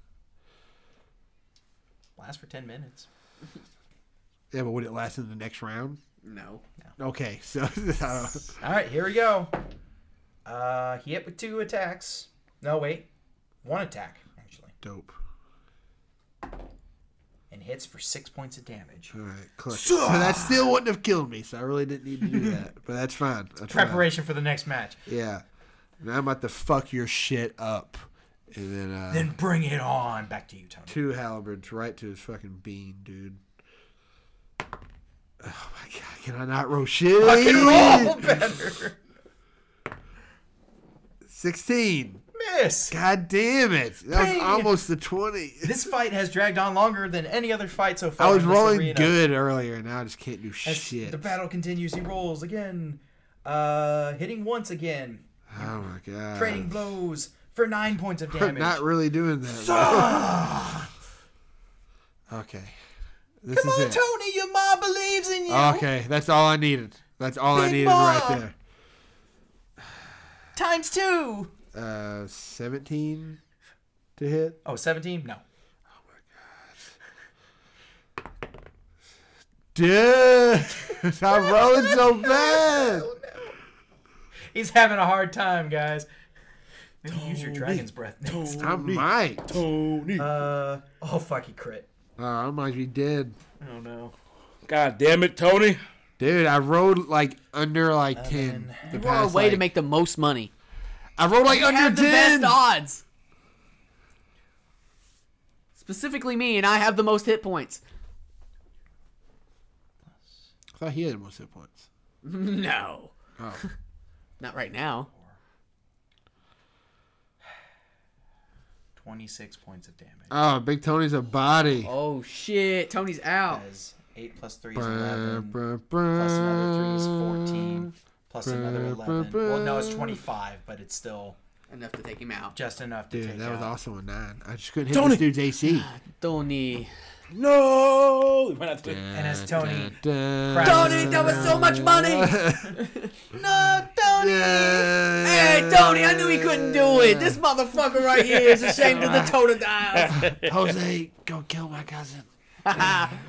Speaker 3: Last for 10 minutes.
Speaker 5: Yeah, but would it last in the next round?
Speaker 4: No.
Speaker 5: Okay, [laughs] so I don't-
Speaker 3: All right, here we go. Uh, he hit with two attacks. No, wait. One attack, actually.
Speaker 5: dope.
Speaker 3: And hits for six points of damage.
Speaker 5: All right, clutch. So that still wouldn't have killed me. So I really didn't need to [laughs] do that, but that's fine. That's fine.
Speaker 3: Preparation for the next match.
Speaker 5: Yeah. Now I'm about to fuck your shit up, and then uh,
Speaker 3: Then bring it on. Back to you, Tony.
Speaker 5: two halberds right to his fucking bean, dude. Oh my god, can I not roll shit?
Speaker 3: Fucking roll
Speaker 5: [laughs]
Speaker 3: [laughs] better.
Speaker 5: 16.
Speaker 3: Miss.
Speaker 5: God damn it. That
Speaker 3: Bang.
Speaker 5: was almost the 20.
Speaker 3: This fight has dragged on longer than any other fight so far.
Speaker 5: I was
Speaker 3: in this
Speaker 5: rolling
Speaker 3: arena.
Speaker 5: good earlier, and now I just can't do
Speaker 3: As
Speaker 5: shit.
Speaker 3: The battle continues. He rolls again, uh, hitting once again,
Speaker 5: Oh my god.
Speaker 3: trading blows for nine points of
Speaker 5: [laughs]
Speaker 3: damage.
Speaker 5: Not really doing that. [laughs] okay. This
Speaker 3: Come
Speaker 5: is
Speaker 3: on,
Speaker 5: it.
Speaker 3: Tony, your mom believes in you.
Speaker 5: Okay, that's all I needed. That's all I
Speaker 3: Big
Speaker 5: needed
Speaker 3: Ma.
Speaker 5: right there.
Speaker 3: Times two.
Speaker 5: Uh, 17 to hit.
Speaker 3: Oh, 17? No.
Speaker 5: Dude, [laughs] I'm rolling
Speaker 4: [laughs]
Speaker 5: so bad.
Speaker 3: He's having a hard time, guys. Maybe use your dragon's breath next.
Speaker 5: I might. Oh,
Speaker 2: Tony.
Speaker 3: Uh, oh, fuck, he crit.
Speaker 5: I might be dead.
Speaker 3: Oh, no.
Speaker 2: God damn it, Tony.
Speaker 5: Dude, I rolled like under like ten. the
Speaker 4: What a
Speaker 5: past,
Speaker 4: way to
Speaker 5: like-
Speaker 4: make the most money.
Speaker 5: I rolled like
Speaker 4: You
Speaker 5: under
Speaker 4: have the
Speaker 5: ten.
Speaker 4: best odds. Specifically me, and I have the most hit points.
Speaker 5: I thought he had most hit points.
Speaker 4: No.
Speaker 5: Oh,
Speaker 4: [laughs] Not right now.
Speaker 3: 26 points of damage.
Speaker 5: oh Big Tony's a body.
Speaker 4: Oh shit, Tony's
Speaker 5: Oh.
Speaker 4: out.
Speaker 3: As 8 plus 3 is
Speaker 5: Brr,
Speaker 3: 11.
Speaker 5: brr,
Speaker 3: plus another three is
Speaker 5: brr.
Speaker 3: 14 plus another 11 well no it's 25 but it's still
Speaker 4: Enough to take him out.
Speaker 3: just enough to take
Speaker 5: Dude, that was
Speaker 3: out.
Speaker 5: also a nine. I just couldn't hit this dude's AC.
Speaker 4: Tony.
Speaker 2: No. Why not the-
Speaker 5: And
Speaker 4: Ah,
Speaker 3: as Tony
Speaker 5: [laughs]
Speaker 4: Tony, that was so much
Speaker 3: [laughs]
Speaker 4: money. no, Tony. Hey, Tony, I knew he couldn't do it. This motherfucker right here is ashamed
Speaker 3: [laughs]
Speaker 4: of the total dials. [laughs]
Speaker 5: Jose, go kill my cousin.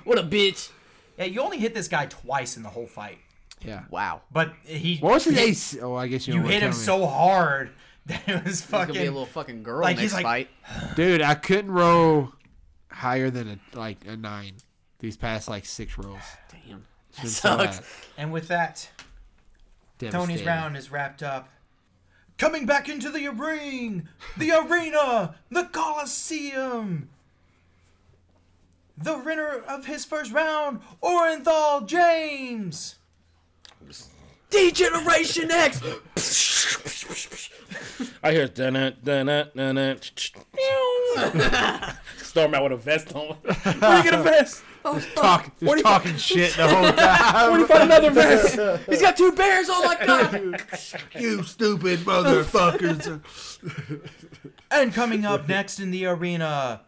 Speaker 4: what a bitch.
Speaker 3: yeah you only hit this guy twice in the whole fight
Speaker 5: Yeah.
Speaker 4: Wow.
Speaker 3: but he
Speaker 5: What was his
Speaker 3: hit-
Speaker 5: AC? Oh, I guess you,
Speaker 3: you
Speaker 5: don't
Speaker 3: hit
Speaker 5: wanna
Speaker 3: him
Speaker 5: tell me.
Speaker 3: so hard [laughs] that it was
Speaker 4: He's gonna be a
Speaker 3: fucking
Speaker 4: little fucking girl
Speaker 3: Like,
Speaker 4: next
Speaker 3: he's like-
Speaker 4: fight.
Speaker 5: Dude, I couldn't roll higher than a like a nine. These past like six rolls.
Speaker 4: Damn.
Speaker 5: Been
Speaker 1: sucks.
Speaker 5: so bad.
Speaker 3: And with that, Tony's
Speaker 4: Devastating.
Speaker 3: round is wrapped up. Coming back into the ring, the arena, the Coliseum. The winner of his first round, Orenthal James.
Speaker 4: Degeneration X.
Speaker 2: I hear dun dun dun dun dun. [laughs] Storm out with a vest on. Where you get a
Speaker 3: [laughs]
Speaker 2: vest?
Speaker 5: Talk, just talking shit the whole time.
Speaker 2: Where you find another vest?
Speaker 4: He's got two bears. Oh my god.
Speaker 5: you stupid motherfuckers.
Speaker 3: And coming up next in the arena,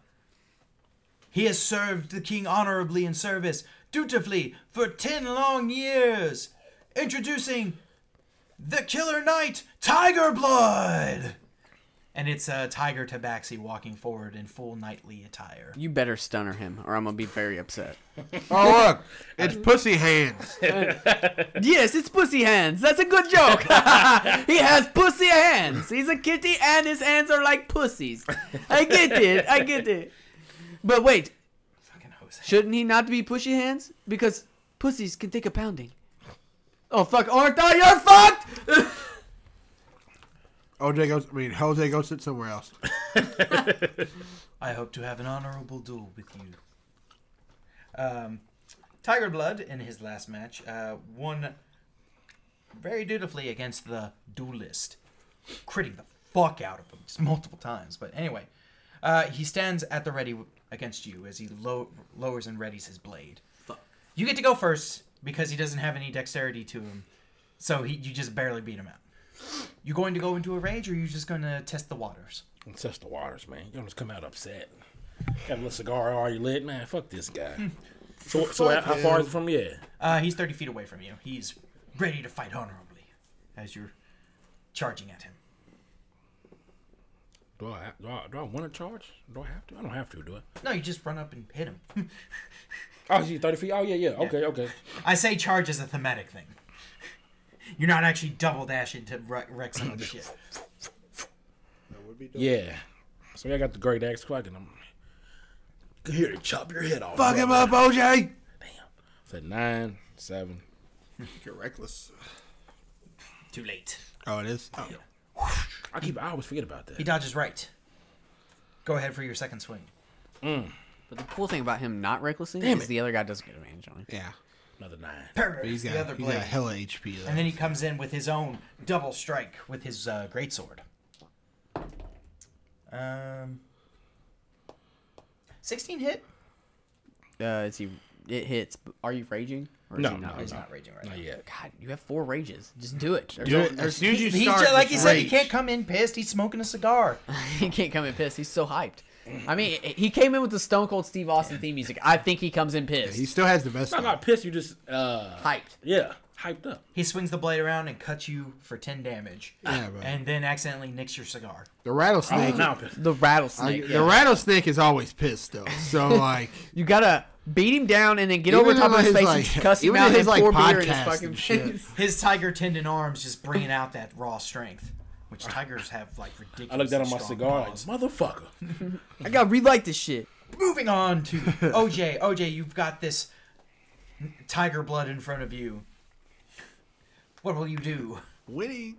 Speaker 3: he has served the king honorably in service, dutifully, for ten long years. Introducing the killer knight, Tiger Blood! And it's uh, Tiger Tabaxi walking forward in full knightly attire.
Speaker 4: You better stunner him, or I'm gonna be very upset.
Speaker 5: oh look, it's pussy hands.
Speaker 4: Yes, it's pussy hands. That's a good
Speaker 5: [laughs]
Speaker 4: joke. [laughs] he has pussy hands. He's a kitty and his hands are like pussies. I get it. I get it. But wait,
Speaker 3: Fucking Jose.
Speaker 4: shouldn't he not be pushy hands? Because pussies can take a pounding. Oh fuck, Ortho, you're fucked!
Speaker 5: OJ goes. I mean, Jose goes sit somewhere else.
Speaker 3: I hope to have an honorable duel with you. Um, Tiger Blood, in his last match, uh, won very dutifully against the duelist, critting the fuck out of him just multiple times. But anyway, uh, he stands at the ready w- against you as he low- lowers and readies his blade.
Speaker 4: Fuck.
Speaker 3: You get to go first because he doesn't have any dexterity to him, so he, you just barely beat him out. You going to go into a rage, or you just going to test the waters?
Speaker 2: It's just the waters, man. You don't just come out upset. Got a little cigar already lit, man. Fuck this guy. So, so how, how far is it from yeah?
Speaker 3: Uh, he's 30 feet away from you. He's ready to fight honorably as you're charging at him.
Speaker 2: Do I do I, do I want to charge? Do I have to? I don't have to, do I?
Speaker 3: No, you just run up and hit him. [laughs]
Speaker 2: Oh, you thirty feet? Oh yeah, yeah. Okay, okay.
Speaker 3: I say charge as a thematic thing. [laughs] You're not actually double dashing to wreck, wreck some of
Speaker 5: [laughs]
Speaker 3: the shit.
Speaker 2: Yeah. So I got the great axe quack, and I'm here to chop your head off.
Speaker 5: Fuck him up, OJ.
Speaker 2: Said nine, seven.
Speaker 5: You're reckless.
Speaker 3: Too late.
Speaker 5: Oh, it is. Oh.
Speaker 2: I keep. I always forget about that.
Speaker 3: He dodges right. Go ahead for your second swing.
Speaker 4: But the cool thing about him not recklessly is the other guy doesn't get advantage on him.
Speaker 5: Yeah,
Speaker 2: Another nine.
Speaker 3: Parries
Speaker 5: but he's got
Speaker 3: the other
Speaker 5: he's
Speaker 3: blade.
Speaker 5: got hella HP though.
Speaker 3: and then he comes in with his own double strike with his uh, greatsword. Um, 16 hit?
Speaker 4: Uh, is he? It hits. but Are you raging? Or is
Speaker 2: No,
Speaker 4: he not
Speaker 2: no,
Speaker 4: raging?
Speaker 3: He's not raging right now.
Speaker 2: Not yet.
Speaker 4: God, you have four rages. Just do it. There's
Speaker 5: Do
Speaker 4: no-
Speaker 5: it. As soon as you
Speaker 3: He
Speaker 5: start,
Speaker 3: just, like he
Speaker 5: just
Speaker 3: said, he
Speaker 5: rage.
Speaker 3: can't come in pissed. He's smoking a cigar.
Speaker 4: he can't come in pissed. He's so hyped. I mean, he came in with the Stone Cold Steve Austin theme music. I think he comes in pissed.
Speaker 5: He still has the best.
Speaker 2: I'm not pissed. You just uh,
Speaker 4: hyped.
Speaker 2: yeah, hyped up.
Speaker 3: He swings the blade around and cuts you for 10 damage.
Speaker 5: Yeah, bro.
Speaker 3: And then accidentally nicks your cigar.
Speaker 5: The rattlesnake.
Speaker 2: Now I'm pissed.
Speaker 4: The
Speaker 5: I-
Speaker 4: rattlesnake.
Speaker 5: The rattlesnake is always pissed though. So like,
Speaker 4: you gotta beat him down and then get over
Speaker 5: even
Speaker 4: top
Speaker 5: in,
Speaker 4: of his face
Speaker 5: like,
Speaker 4: and cuss him
Speaker 5: even
Speaker 4: out
Speaker 5: in his
Speaker 4: and
Speaker 5: like
Speaker 4: pour beer in his
Speaker 5: podcast
Speaker 4: fucking
Speaker 5: and shit.
Speaker 4: face.
Speaker 3: His tiger tendon arms just bringing out that raw strength, which tigers have like ridiculous.
Speaker 2: I looked down on my cigar, like, motherfucker.
Speaker 4: I gotta relight this shit.
Speaker 3: Moving on to OJ. OJ, you've got this tiger blood in front of you. What will you do?
Speaker 5: Winning.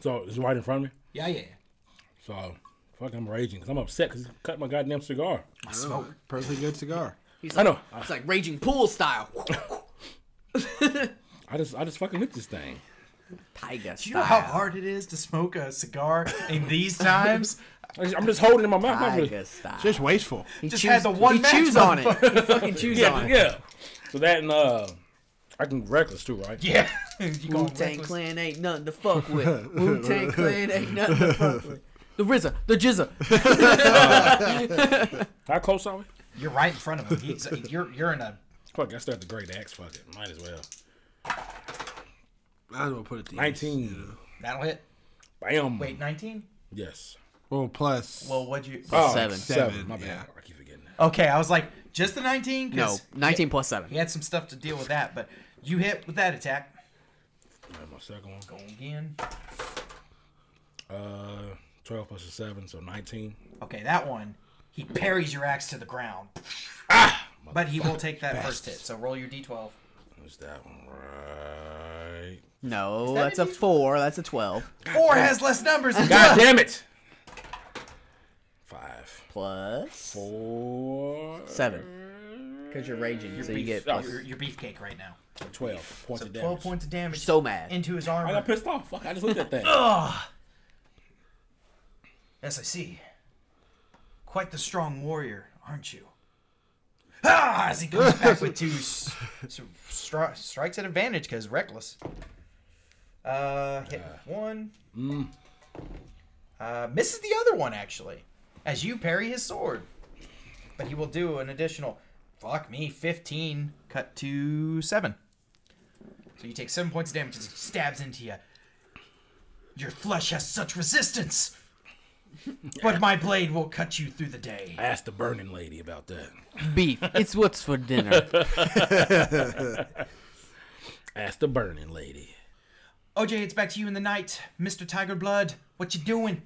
Speaker 2: So it's right in front of me.
Speaker 3: Yeah, yeah.
Speaker 2: So fuck, I'm raging because I'm upset because he cut my goddamn cigar.
Speaker 3: I smoke.
Speaker 5: Perfectly good cigar.
Speaker 2: I know. I,
Speaker 4: It's like raging pool style.
Speaker 2: I just I just fucking with this thing.
Speaker 4: Tiger
Speaker 3: Do you know how
Speaker 4: style.
Speaker 3: hard it is to smoke a cigar in [laughs] these times?
Speaker 2: I just- I'm just holding it in my mouth. I'm
Speaker 4: Tiger
Speaker 2: just-
Speaker 4: style.
Speaker 5: Just wasteful.
Speaker 4: He
Speaker 3: just had the one
Speaker 4: He
Speaker 3: match,
Speaker 4: chews on it. He fucking chews
Speaker 2: yeah, [laughs]
Speaker 4: on it.
Speaker 2: yeah. So that and uh, I can reckless too, right?
Speaker 3: Yeah. [laughs] you going
Speaker 4: Wu Tang
Speaker 3: reckless?
Speaker 4: Clan ain't nothing to fuck with. Wu Tang Clan ain't nothing to fuck with. The RZA, the Jizza.
Speaker 2: How close are we?
Speaker 3: You're right in front of him. He's, uh, you're you're in a
Speaker 2: Fuck, I still have the great axe. Fuck it, might as well.
Speaker 5: I don't know, put it. To use.
Speaker 2: Nineteen.
Speaker 3: that'll hit.
Speaker 2: Bam.
Speaker 3: Wait, 19?
Speaker 2: Yes.
Speaker 5: Well, plus.
Speaker 3: Well, what'd you?
Speaker 2: Oh,
Speaker 4: Seven.
Speaker 2: Seven.
Speaker 5: Seven,
Speaker 2: My bad.
Speaker 5: yeah.
Speaker 2: I keep forgetting that.
Speaker 3: Uh, Okay, I was like, just the 19?
Speaker 4: No, 19 plus 7.
Speaker 3: He had some stuff to deal with that, but you hit with that attack.
Speaker 2: And my second one.
Speaker 3: Go again.
Speaker 2: Uh, twelve plus a seven, so nineteen.
Speaker 3: Okay, that one. He parries your axe to the ground. but he will take that first hit, so roll your d12.
Speaker 2: Let's is that one right?
Speaker 4: No, that's a four. That's a twelve.
Speaker 3: Four has less numbers than
Speaker 2: God damn it! Five.
Speaker 4: Plus
Speaker 2: Four.
Speaker 4: seven. Because you're raging, so you get
Speaker 2: oh,
Speaker 4: plus. [laughs]
Speaker 2: you're
Speaker 3: your beefcake right now.
Speaker 2: Twelve points of damage.
Speaker 3: Twelve points of damage
Speaker 4: so mad.
Speaker 3: into his
Speaker 2: I
Speaker 3: armor.
Speaker 2: got pissed off. Fuck! I just looked at that.
Speaker 3: Yes, I see. Quite the strong warrior, aren't you? Ah! As he comes back with two s- s- stri- strikes at advantage because reckless. Uh, hit with one. Uh, misses the other one actually, as you parry his sword. But he will do an additional. Fuck me, fifteen. Cut to seven. So you take seven points of damage as he stabs into you. Your flesh has such resistance. But my blade will cut you through the day.
Speaker 2: I asked the burning lady about that.
Speaker 4: Beef. It's what's
Speaker 2: [laughs]
Speaker 4: for dinner.
Speaker 2: Ask the burning lady.
Speaker 3: OJ, it's back to you in the night. Mr. Tiger Blood, what you doing?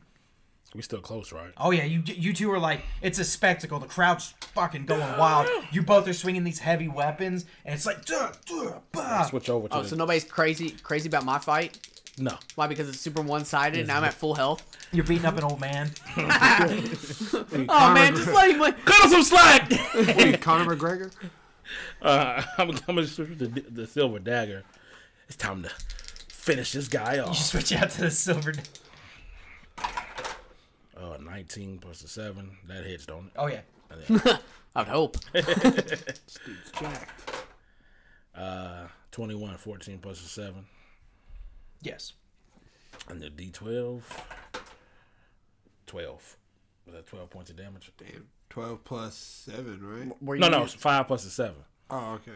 Speaker 2: We still close, right?
Speaker 3: Oh yeah, you you two are like it's a spectacle. The crowd's fucking going wild. You both are swinging these heavy weapons, and it's like duh, duh, bah.
Speaker 2: Switch over to
Speaker 4: oh,
Speaker 2: the,
Speaker 4: so nobody's crazy crazy about my fight?
Speaker 2: no.
Speaker 4: Why? Because it's super one sided and I'm at full health.
Speaker 3: you're beating up an old man.
Speaker 4: Oh man, just let him like
Speaker 2: Cut him some slack.
Speaker 4: [laughs]
Speaker 5: [laughs] Conor McGregor?
Speaker 2: uh, [laughs] I'm, I'm gonna switch with the, the silver dagger. It's time to finish this guy
Speaker 3: You
Speaker 2: off.
Speaker 3: switch out to the silver.
Speaker 2: Oh, 19 plus a seven. That hits, don't it?
Speaker 3: Oh yeah,
Speaker 4: I'd hope.
Speaker 2: Uh, 21, 14 plus a seven.
Speaker 3: yes.
Speaker 2: And the D12. 12. Was that 12 points of damage?
Speaker 5: Damn. 12 plus 7, right?
Speaker 4: Were you
Speaker 2: No, no, it's
Speaker 4: using-
Speaker 2: five plus a seven.
Speaker 5: Oh, okay.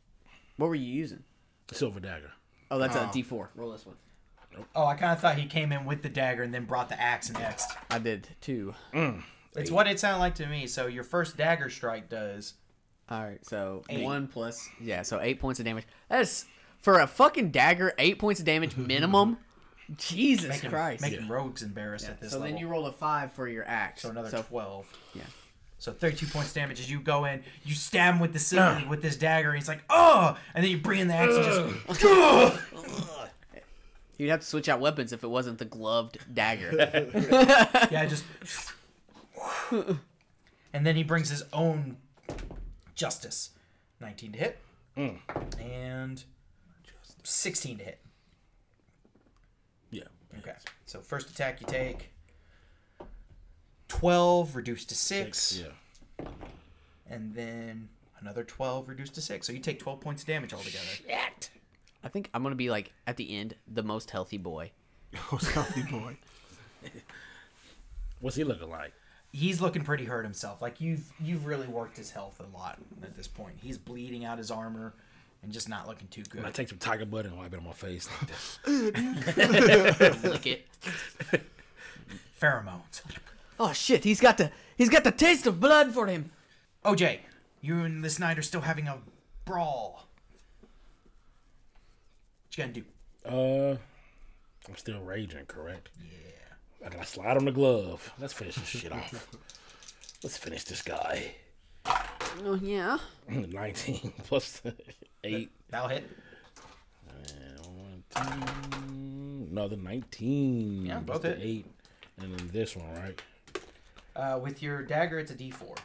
Speaker 5: [laughs]
Speaker 4: What were you using?
Speaker 2: Silver dagger.
Speaker 4: Oh, that's a D four.
Speaker 6: Roll this one.
Speaker 3: Oh, I kind of thought he came in with the dagger and then brought the axe next.
Speaker 4: I did two.
Speaker 3: It's what it sounded like to me. So your first dagger strike does.
Speaker 4: All right, so one plus yeah, so eight points of damage. That's for a fucking dagger, eight points of damage minimum. [laughs] Jesus
Speaker 3: Making,
Speaker 4: Christ!
Speaker 3: making rogues embarrassed at this
Speaker 4: so
Speaker 3: level.
Speaker 4: then you roll a five for your axe.
Speaker 3: So another
Speaker 4: so,
Speaker 3: twelve.
Speaker 4: Yeah.
Speaker 3: So thirty-two points damage as you go in, you stab him with the sil- with this dagger, and he's like, oh! And then you bring in the axe and just,
Speaker 4: You'd have to switch out weapons if it wasn't the gloved
Speaker 3: [laughs]
Speaker 4: dagger.
Speaker 3: yeah, just. and then he brings his own justice, nineteen to hit, and sixteen to hit.
Speaker 2: Yeah.
Speaker 3: Okay. So first attack you take twelve reduced to six,
Speaker 2: Yeah.
Speaker 3: and then another twelve reduced to six. So you take twelve points of damage altogether.
Speaker 4: I think I'm gonna be like at the end the most healthy
Speaker 3: [laughs]
Speaker 4: boy.
Speaker 5: Oh, healthy boy.
Speaker 2: What's he looking like?
Speaker 3: he's looking pretty hurt himself. Like you've you've really worked his health a lot at this point. He's bleeding out his armor and just not looking too good.
Speaker 2: I take some tiger blood and wipe it on my face like this.
Speaker 3: [laughs]
Speaker 4: Lick it.
Speaker 3: Pheromones.
Speaker 4: Oh shit! He's got the he's got the taste of blood for him.
Speaker 3: OJ, you and this knight are still having a brawl. What you gonna do?
Speaker 2: Uh, I'm still raging, correct? Yeah. I gotta slide on the glove. Let's finish this shit off. Let's finish this guy.
Speaker 4: Oh yeah.
Speaker 2: 19 [laughs] plus 8.
Speaker 3: That'll hit.
Speaker 2: And one, two, another 19.
Speaker 3: Yeah,
Speaker 2: plus
Speaker 3: both
Speaker 2: the
Speaker 3: hit.
Speaker 2: 8. And then this one, right?
Speaker 3: Uh, with your dagger, it's a D4.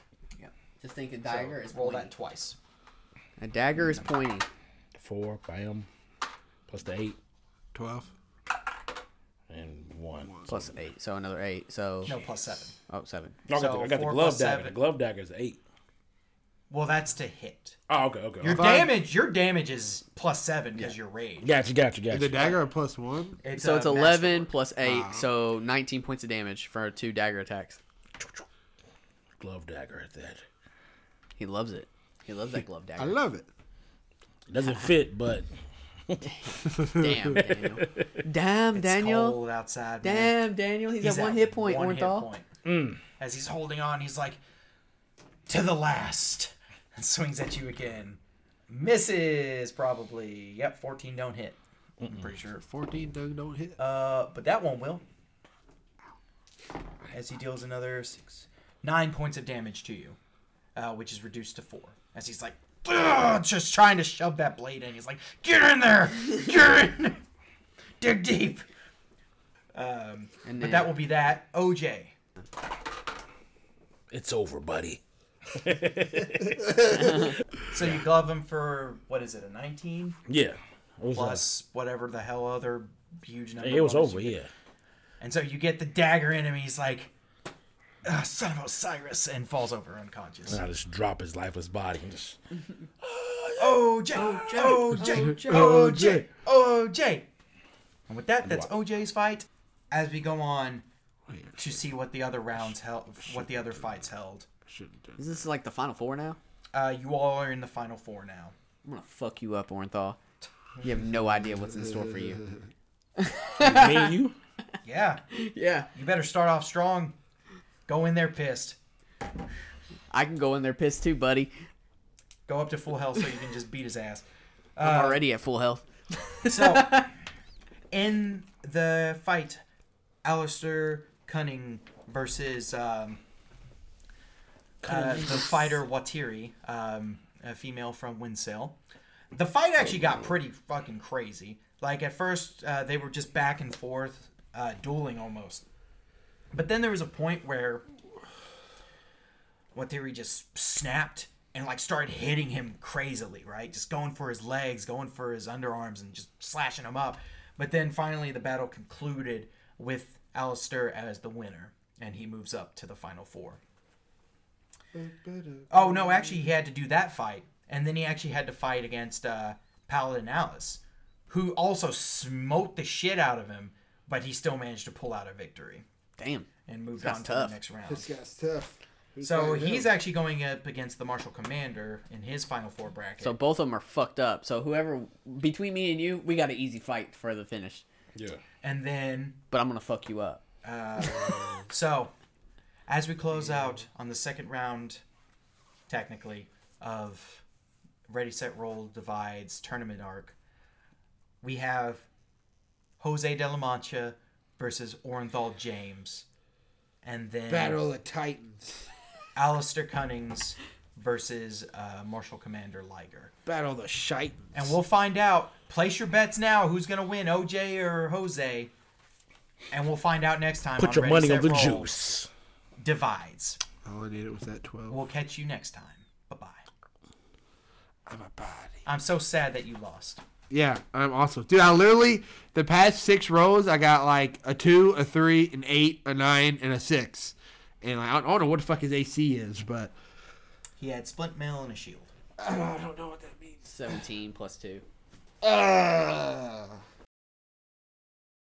Speaker 6: Just think the dagger is
Speaker 3: Roll Mm.
Speaker 6: pointy.
Speaker 3: that twice.
Speaker 4: A dagger is pointy.
Speaker 2: 4, bam. Plus the 8.
Speaker 5: 12.
Speaker 2: And 1.
Speaker 4: Plus eight, so another eight. So
Speaker 3: No, plus seven.
Speaker 4: oh seven.
Speaker 2: No, I got,
Speaker 3: So
Speaker 2: the, I got the
Speaker 3: four
Speaker 2: glove
Speaker 3: plus
Speaker 2: dagger. The
Speaker 3: seven.
Speaker 2: glove dagger is 8.
Speaker 3: Well, that's to hit.
Speaker 2: Oh, okay, okay.
Speaker 3: Your
Speaker 2: okay.
Speaker 3: damage, your damage is plus seven because you're rage.
Speaker 2: Gotcha, gotcha, gotcha.
Speaker 5: The dagger are plus 1?
Speaker 3: It's
Speaker 4: So
Speaker 3: a
Speaker 4: it's 11
Speaker 3: masterwork.
Speaker 4: plus 8, so 19 points of damage for two dagger attacks.
Speaker 2: glove dagger at that.
Speaker 4: He loves it. He loves that glove
Speaker 5: I
Speaker 4: dagger.
Speaker 5: love it.
Speaker 2: It doesn't fit, but
Speaker 4: Damn, Daniel.
Speaker 3: [laughs]
Speaker 4: Damn, Daniel.
Speaker 3: It's cold outside. man.
Speaker 4: Damn, Daniel. He's, at one hit point,
Speaker 3: one hit
Speaker 4: Orenthal.
Speaker 3: point. As he's holding on, he's like, to the last, and swings at you again. Misses, probably. Yep, 14 don't hit. I'm pretty sure.
Speaker 5: 14 don't, don't hit.
Speaker 3: Uh, but that one will. As he deals another six, nine points of damage to you, uh, which is reduced to four. As he's like, "Ugh," just trying to shove that blade in. He's like, "Get in there, get in, there. [laughs] dig deep." Um,
Speaker 6: And
Speaker 3: but
Speaker 6: then-
Speaker 3: that will be that. OJ,
Speaker 2: It's over, buddy.
Speaker 3: so you glove him for what is it, a 19
Speaker 2: Yeah. It was, uh,
Speaker 3: plus whatever the hell other huge number.
Speaker 2: it was over,
Speaker 3: you-
Speaker 2: yeah.
Speaker 3: And so you get the dagger in him. He's like, "Ah, "Son of Osiris," and falls over unconscious.
Speaker 2: And I just drop his lifeless body and just
Speaker 3: OJ, OJ, OJ, OJ. And with that, that's OJ's fight. As we go on to see what the other rounds held, what the other fights held.
Speaker 5: Shouldn't do.
Speaker 4: Is this like the final four now?
Speaker 3: Uh, you all are in the final four now.
Speaker 4: I'm gonna fuck you up, Orenthal. You have no idea what's in store for you.
Speaker 3: [laughs]
Speaker 2: me and you.
Speaker 3: Yeah,
Speaker 4: Yeah.
Speaker 3: you better start off strong. Go in there pissed.
Speaker 4: I can go in there pissed too, buddy.
Speaker 3: Go up to full health so you can just beat his ass. Uh,
Speaker 4: I'm already at full health.
Speaker 3: So, in the fight, Alistair Cunning versus um, uh, the fighter Watiri, um, a female from Windsale. The fight actually got pretty fucking crazy. Like, at first, uh, they were just back and forth, uh, dueling almost. But then there was a point where what theory just snapped and like started hitting him crazily, right? Just going for his legs, going for his underarms, and just slashing him up. But then finally, the battle concluded with Alistair as the winner, and he moves up to the final four. Oh no, actually, he had to do that fight, and then he actually had to fight against uh, Paladin Alice, who also smote the shit out of him, but he still managed to pull out a victory
Speaker 4: Damn.
Speaker 3: and moved
Speaker 4: That's
Speaker 3: on to
Speaker 4: tough.
Speaker 3: the next round.
Speaker 5: This guy's tough. Who's
Speaker 3: So
Speaker 5: fighting him?
Speaker 3: he's actually going up against the Marshal Commander in his Final Four bracket.
Speaker 4: So both of them are fucked up. So whoever between me and you, we got an easy fight for the finish.
Speaker 2: Yeah.
Speaker 3: and then,
Speaker 4: But I'm gonna fuck you up.
Speaker 3: so as we close out on the second round, technically, of Ready, Set, Roll Divides tournament arc, we have Jose de la Mancha versus Orenthal James. And then
Speaker 5: Battle of Titans.
Speaker 3: Alistair Cunnings versus uh, Marshal Commander Liger.
Speaker 5: Battle of the Shitans.
Speaker 3: And we'll find out. Place your bets now. Who's gonna win, OJ or Jose? And we'll find out next time.
Speaker 2: Put your
Speaker 3: Ready,
Speaker 2: money on
Speaker 3: Set,
Speaker 2: the
Speaker 3: Roll
Speaker 2: juice.
Speaker 3: Divides.
Speaker 5: All I needed was that 12.
Speaker 3: We'll catch you next time. Bye bye.
Speaker 5: I'm a body.
Speaker 3: I'm so sad that you lost.
Speaker 5: Yeah, I'm also. Dude, I literally, the past six rolls, I got like a two, a three, an eight, a nine, and a six. And I don't, I don't know what the fuck his AC is, but.
Speaker 3: He had splint mail and a shield.
Speaker 5: I don't know what that means.
Speaker 4: Seventeen plus two.
Speaker 5: Uh,